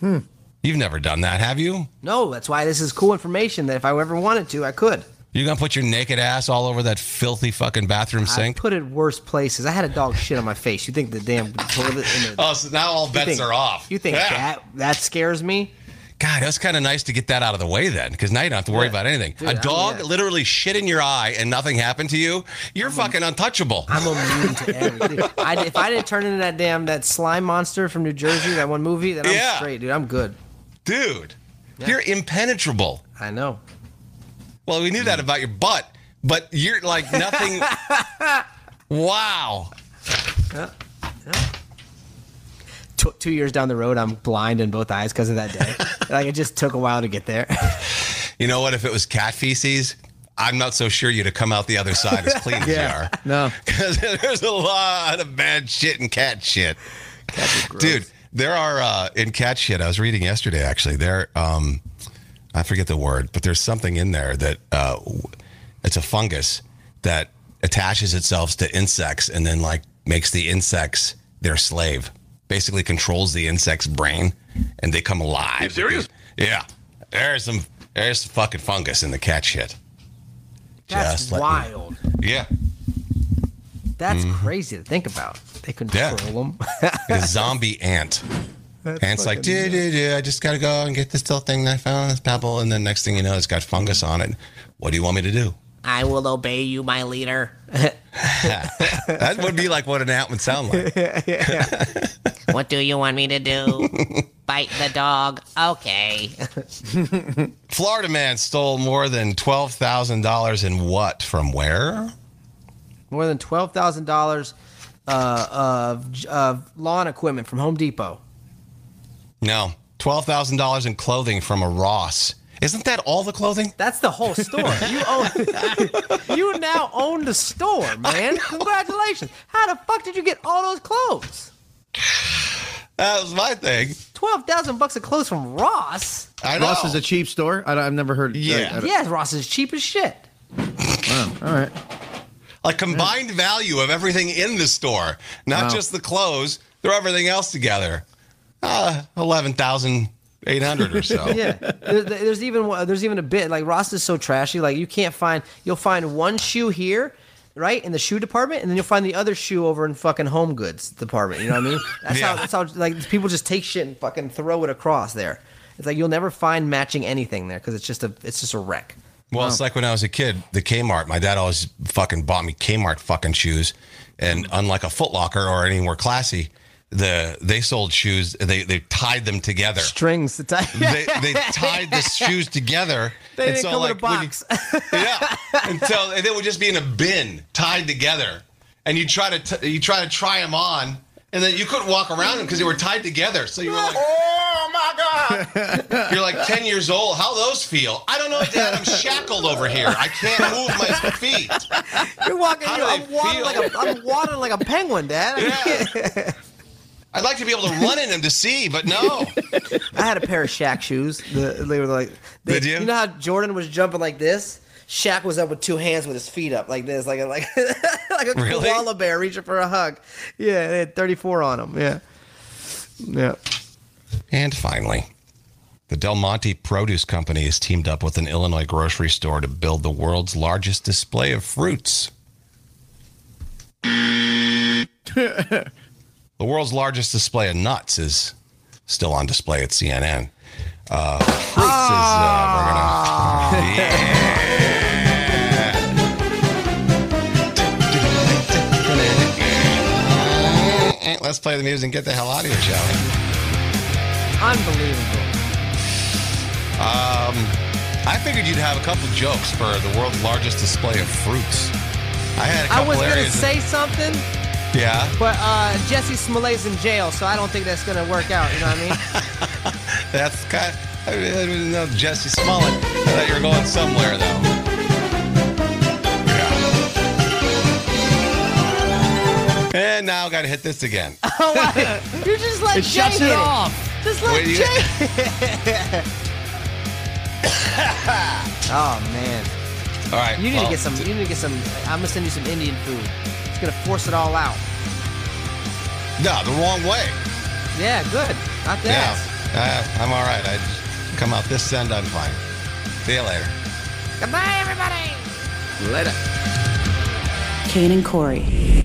[SPEAKER 4] Hmm.
[SPEAKER 2] You've never done that, have you?
[SPEAKER 4] No, that's why this is cool information that if I ever wanted to, I could.
[SPEAKER 2] You gonna put your naked ass all over that filthy fucking bathroom
[SPEAKER 4] I
[SPEAKER 2] sink?
[SPEAKER 4] put it worse places. I had a dog shit on my face. You think the damn toilet? And the,
[SPEAKER 2] Oh, so now all
[SPEAKER 4] You
[SPEAKER 2] bets
[SPEAKER 4] think-
[SPEAKER 2] are off.
[SPEAKER 4] You think
[SPEAKER 2] Yeah.
[SPEAKER 4] that that scares me?
[SPEAKER 2] God, that's kind of nice to get that out of the way then, because now you don't have to worry
[SPEAKER 4] Yeah.
[SPEAKER 2] about anything.
[SPEAKER 4] Dude,
[SPEAKER 2] a
[SPEAKER 4] I'm-
[SPEAKER 2] dog
[SPEAKER 4] yeah.
[SPEAKER 2] literally shit in your eye and nothing happened to you. You're fucking untouchable.
[SPEAKER 4] I'm immune to everything. I, if I didn't turn into that damn that slime monster from New Jersey, that one movie, then I'm
[SPEAKER 2] Yeah.
[SPEAKER 4] straight, dude. I'm good.
[SPEAKER 2] Dude, you're impenetrable.
[SPEAKER 4] I know.
[SPEAKER 2] Well, we knew that about your butt, but you're like nothing. wow.
[SPEAKER 4] Tw two years down the road, I'm blind in both eyes because of that day. like it just took a while to get there.
[SPEAKER 2] You know what? If it was cat feces, I'm not so sure you'd have come out the other side as clean as you are.
[SPEAKER 5] No.
[SPEAKER 2] Because there's a lot of bad shit in cat shit. Dude, there are uh, in cat shit. I was reading yesterday, actually. There, um, I forget the word, but there's something in there that uh, w- it's a fungus that attaches itself to insects and then like makes the insects their slave. Basically, controls the insect's brain, and they come alive. You serious? Yeah. There's some. There's some fucking fungus in the cat shit.
[SPEAKER 4] That's
[SPEAKER 2] let me-
[SPEAKER 4] wild.
[SPEAKER 2] Yeah.
[SPEAKER 4] That's
[SPEAKER 2] Mhm.
[SPEAKER 4] crazy to think about. They control
[SPEAKER 2] Yeah.
[SPEAKER 4] them.
[SPEAKER 2] a zombie ant.
[SPEAKER 4] That's
[SPEAKER 2] Ant's like,
[SPEAKER 4] fucking
[SPEAKER 2] dude, dude, dude, I just got to go and get this little thing that I found in this pebble. And then next thing you know, it's got fungus on it. What do you want me to do?
[SPEAKER 3] I will obey you, my leader.
[SPEAKER 2] that would be like what an ant would sound like.
[SPEAKER 3] what do you want me to do? Bite the dog? Okay.
[SPEAKER 2] Florida man stole more than $12,000 in what from where?
[SPEAKER 4] More than twelve thousand uh, dollars uh, of j- of lawn equipment from Home Depot.
[SPEAKER 2] No, $12,000 in clothing from a Ross. Isn't that all the clothing?
[SPEAKER 4] That's the whole store. you own. you now own the store, man. Congratulations. How the fuck did you get all those clothes?
[SPEAKER 2] That was my thing.
[SPEAKER 4] Twelve thousand bucks of clothes from Ross.
[SPEAKER 5] Ross is a cheap store. I, have never heard. I, I,
[SPEAKER 4] Yes, Ross is cheap as shit.
[SPEAKER 5] Wow. All right.
[SPEAKER 2] A combined value of everything in the store, not
[SPEAKER 5] Wow.
[SPEAKER 2] just the clothes, throw everything else together. Uh, 11,800 or so.
[SPEAKER 4] yeah, there, there's even one- there's even a bit like Ross is so trashy. Like you can't find you'll find one shoe here right in the shoe department, and then you'll find the other shoe over in fucking Home Goods department. You know what I mean? That's how. That's how. Like people just take shit and fucking throw it across there. It's like you'll never find matching anything there because it's just a it's just a wreck.
[SPEAKER 2] Well, it's like when I was a kid, the Kmart. My dad always fucking bought me Kmart fucking shoes, and unlike a Foot Locker or anywhere classy, the they sold shoes. They they tied them together.
[SPEAKER 4] Strings to tie.
[SPEAKER 2] they, they tied the shoes together.
[SPEAKER 4] They didn't come in a
[SPEAKER 2] when you- yeah, until and they would just be in a bin tied together, and you try to t- you try to try them on, and then you couldn't walk around them because they were tied together. So you were like,
[SPEAKER 6] Oh my God.
[SPEAKER 2] you're like ten years old. How those feel? I don't know, Dad. I'm shackled over here. I can't move my feet.
[SPEAKER 4] You're walking.
[SPEAKER 2] How
[SPEAKER 4] You
[SPEAKER 2] do
[SPEAKER 4] know, I'm,
[SPEAKER 2] they
[SPEAKER 4] waddling
[SPEAKER 2] feel?
[SPEAKER 4] like a, I'm waddling like a penguin, Dad.
[SPEAKER 2] I'd like to be able to run in them to see, but no.
[SPEAKER 4] I had a pair of Shaq shoes. The, they were like, they,
[SPEAKER 2] Did you?
[SPEAKER 4] know how Jordan was jumping like this? Shaq was up with two hands with his feet up like this, like a, like like a
[SPEAKER 2] Really?
[SPEAKER 4] koala bear reaching for a hug. Yeah, they had 34 on them. Yeah, yeah.
[SPEAKER 2] And finally, the Del Monte Produce Company has teamed up with an Illinois grocery store to build the world's largest display of fruits. the world's largest display of nuts is still on display at CNN. Uh, fruits is uh, we're gonna, yeah. Let's play the music and get the hell out of here, shall we?
[SPEAKER 4] Unbelievable.
[SPEAKER 2] Um, I figured you'd have a couple jokes for the world's largest display of fruits. I had a
[SPEAKER 4] I
[SPEAKER 2] couple
[SPEAKER 4] was gonna
[SPEAKER 2] areas.
[SPEAKER 4] say something,
[SPEAKER 2] yeah,
[SPEAKER 4] but uh, Jesse Smollett's in jail, so I don't think that's gonna work out. You know what I mean?
[SPEAKER 2] that's kind. Of, I mean, no, Jesse Smollett. I thought you were going somewhere though. Yeah. And now got to hit this again.
[SPEAKER 4] Oh, what? you just let
[SPEAKER 2] It
[SPEAKER 4] Jay
[SPEAKER 2] shuts it
[SPEAKER 4] hit
[SPEAKER 2] off.
[SPEAKER 4] Just let
[SPEAKER 2] Wait, you-
[SPEAKER 4] Jay. oh man.
[SPEAKER 2] All right.
[SPEAKER 4] You need
[SPEAKER 2] well,
[SPEAKER 4] to get some. You need to get some. I'm gonna send you some Indian food. It's gonna force it all out.
[SPEAKER 2] No, the wrong way.
[SPEAKER 4] Yeah, good. Not
[SPEAKER 2] Yeah,
[SPEAKER 4] that.
[SPEAKER 2] uh, I'm all right. I come out this end, I'm fine. See you later.
[SPEAKER 3] Goodbye, everybody.
[SPEAKER 2] Later.
[SPEAKER 1] Kane and Corey.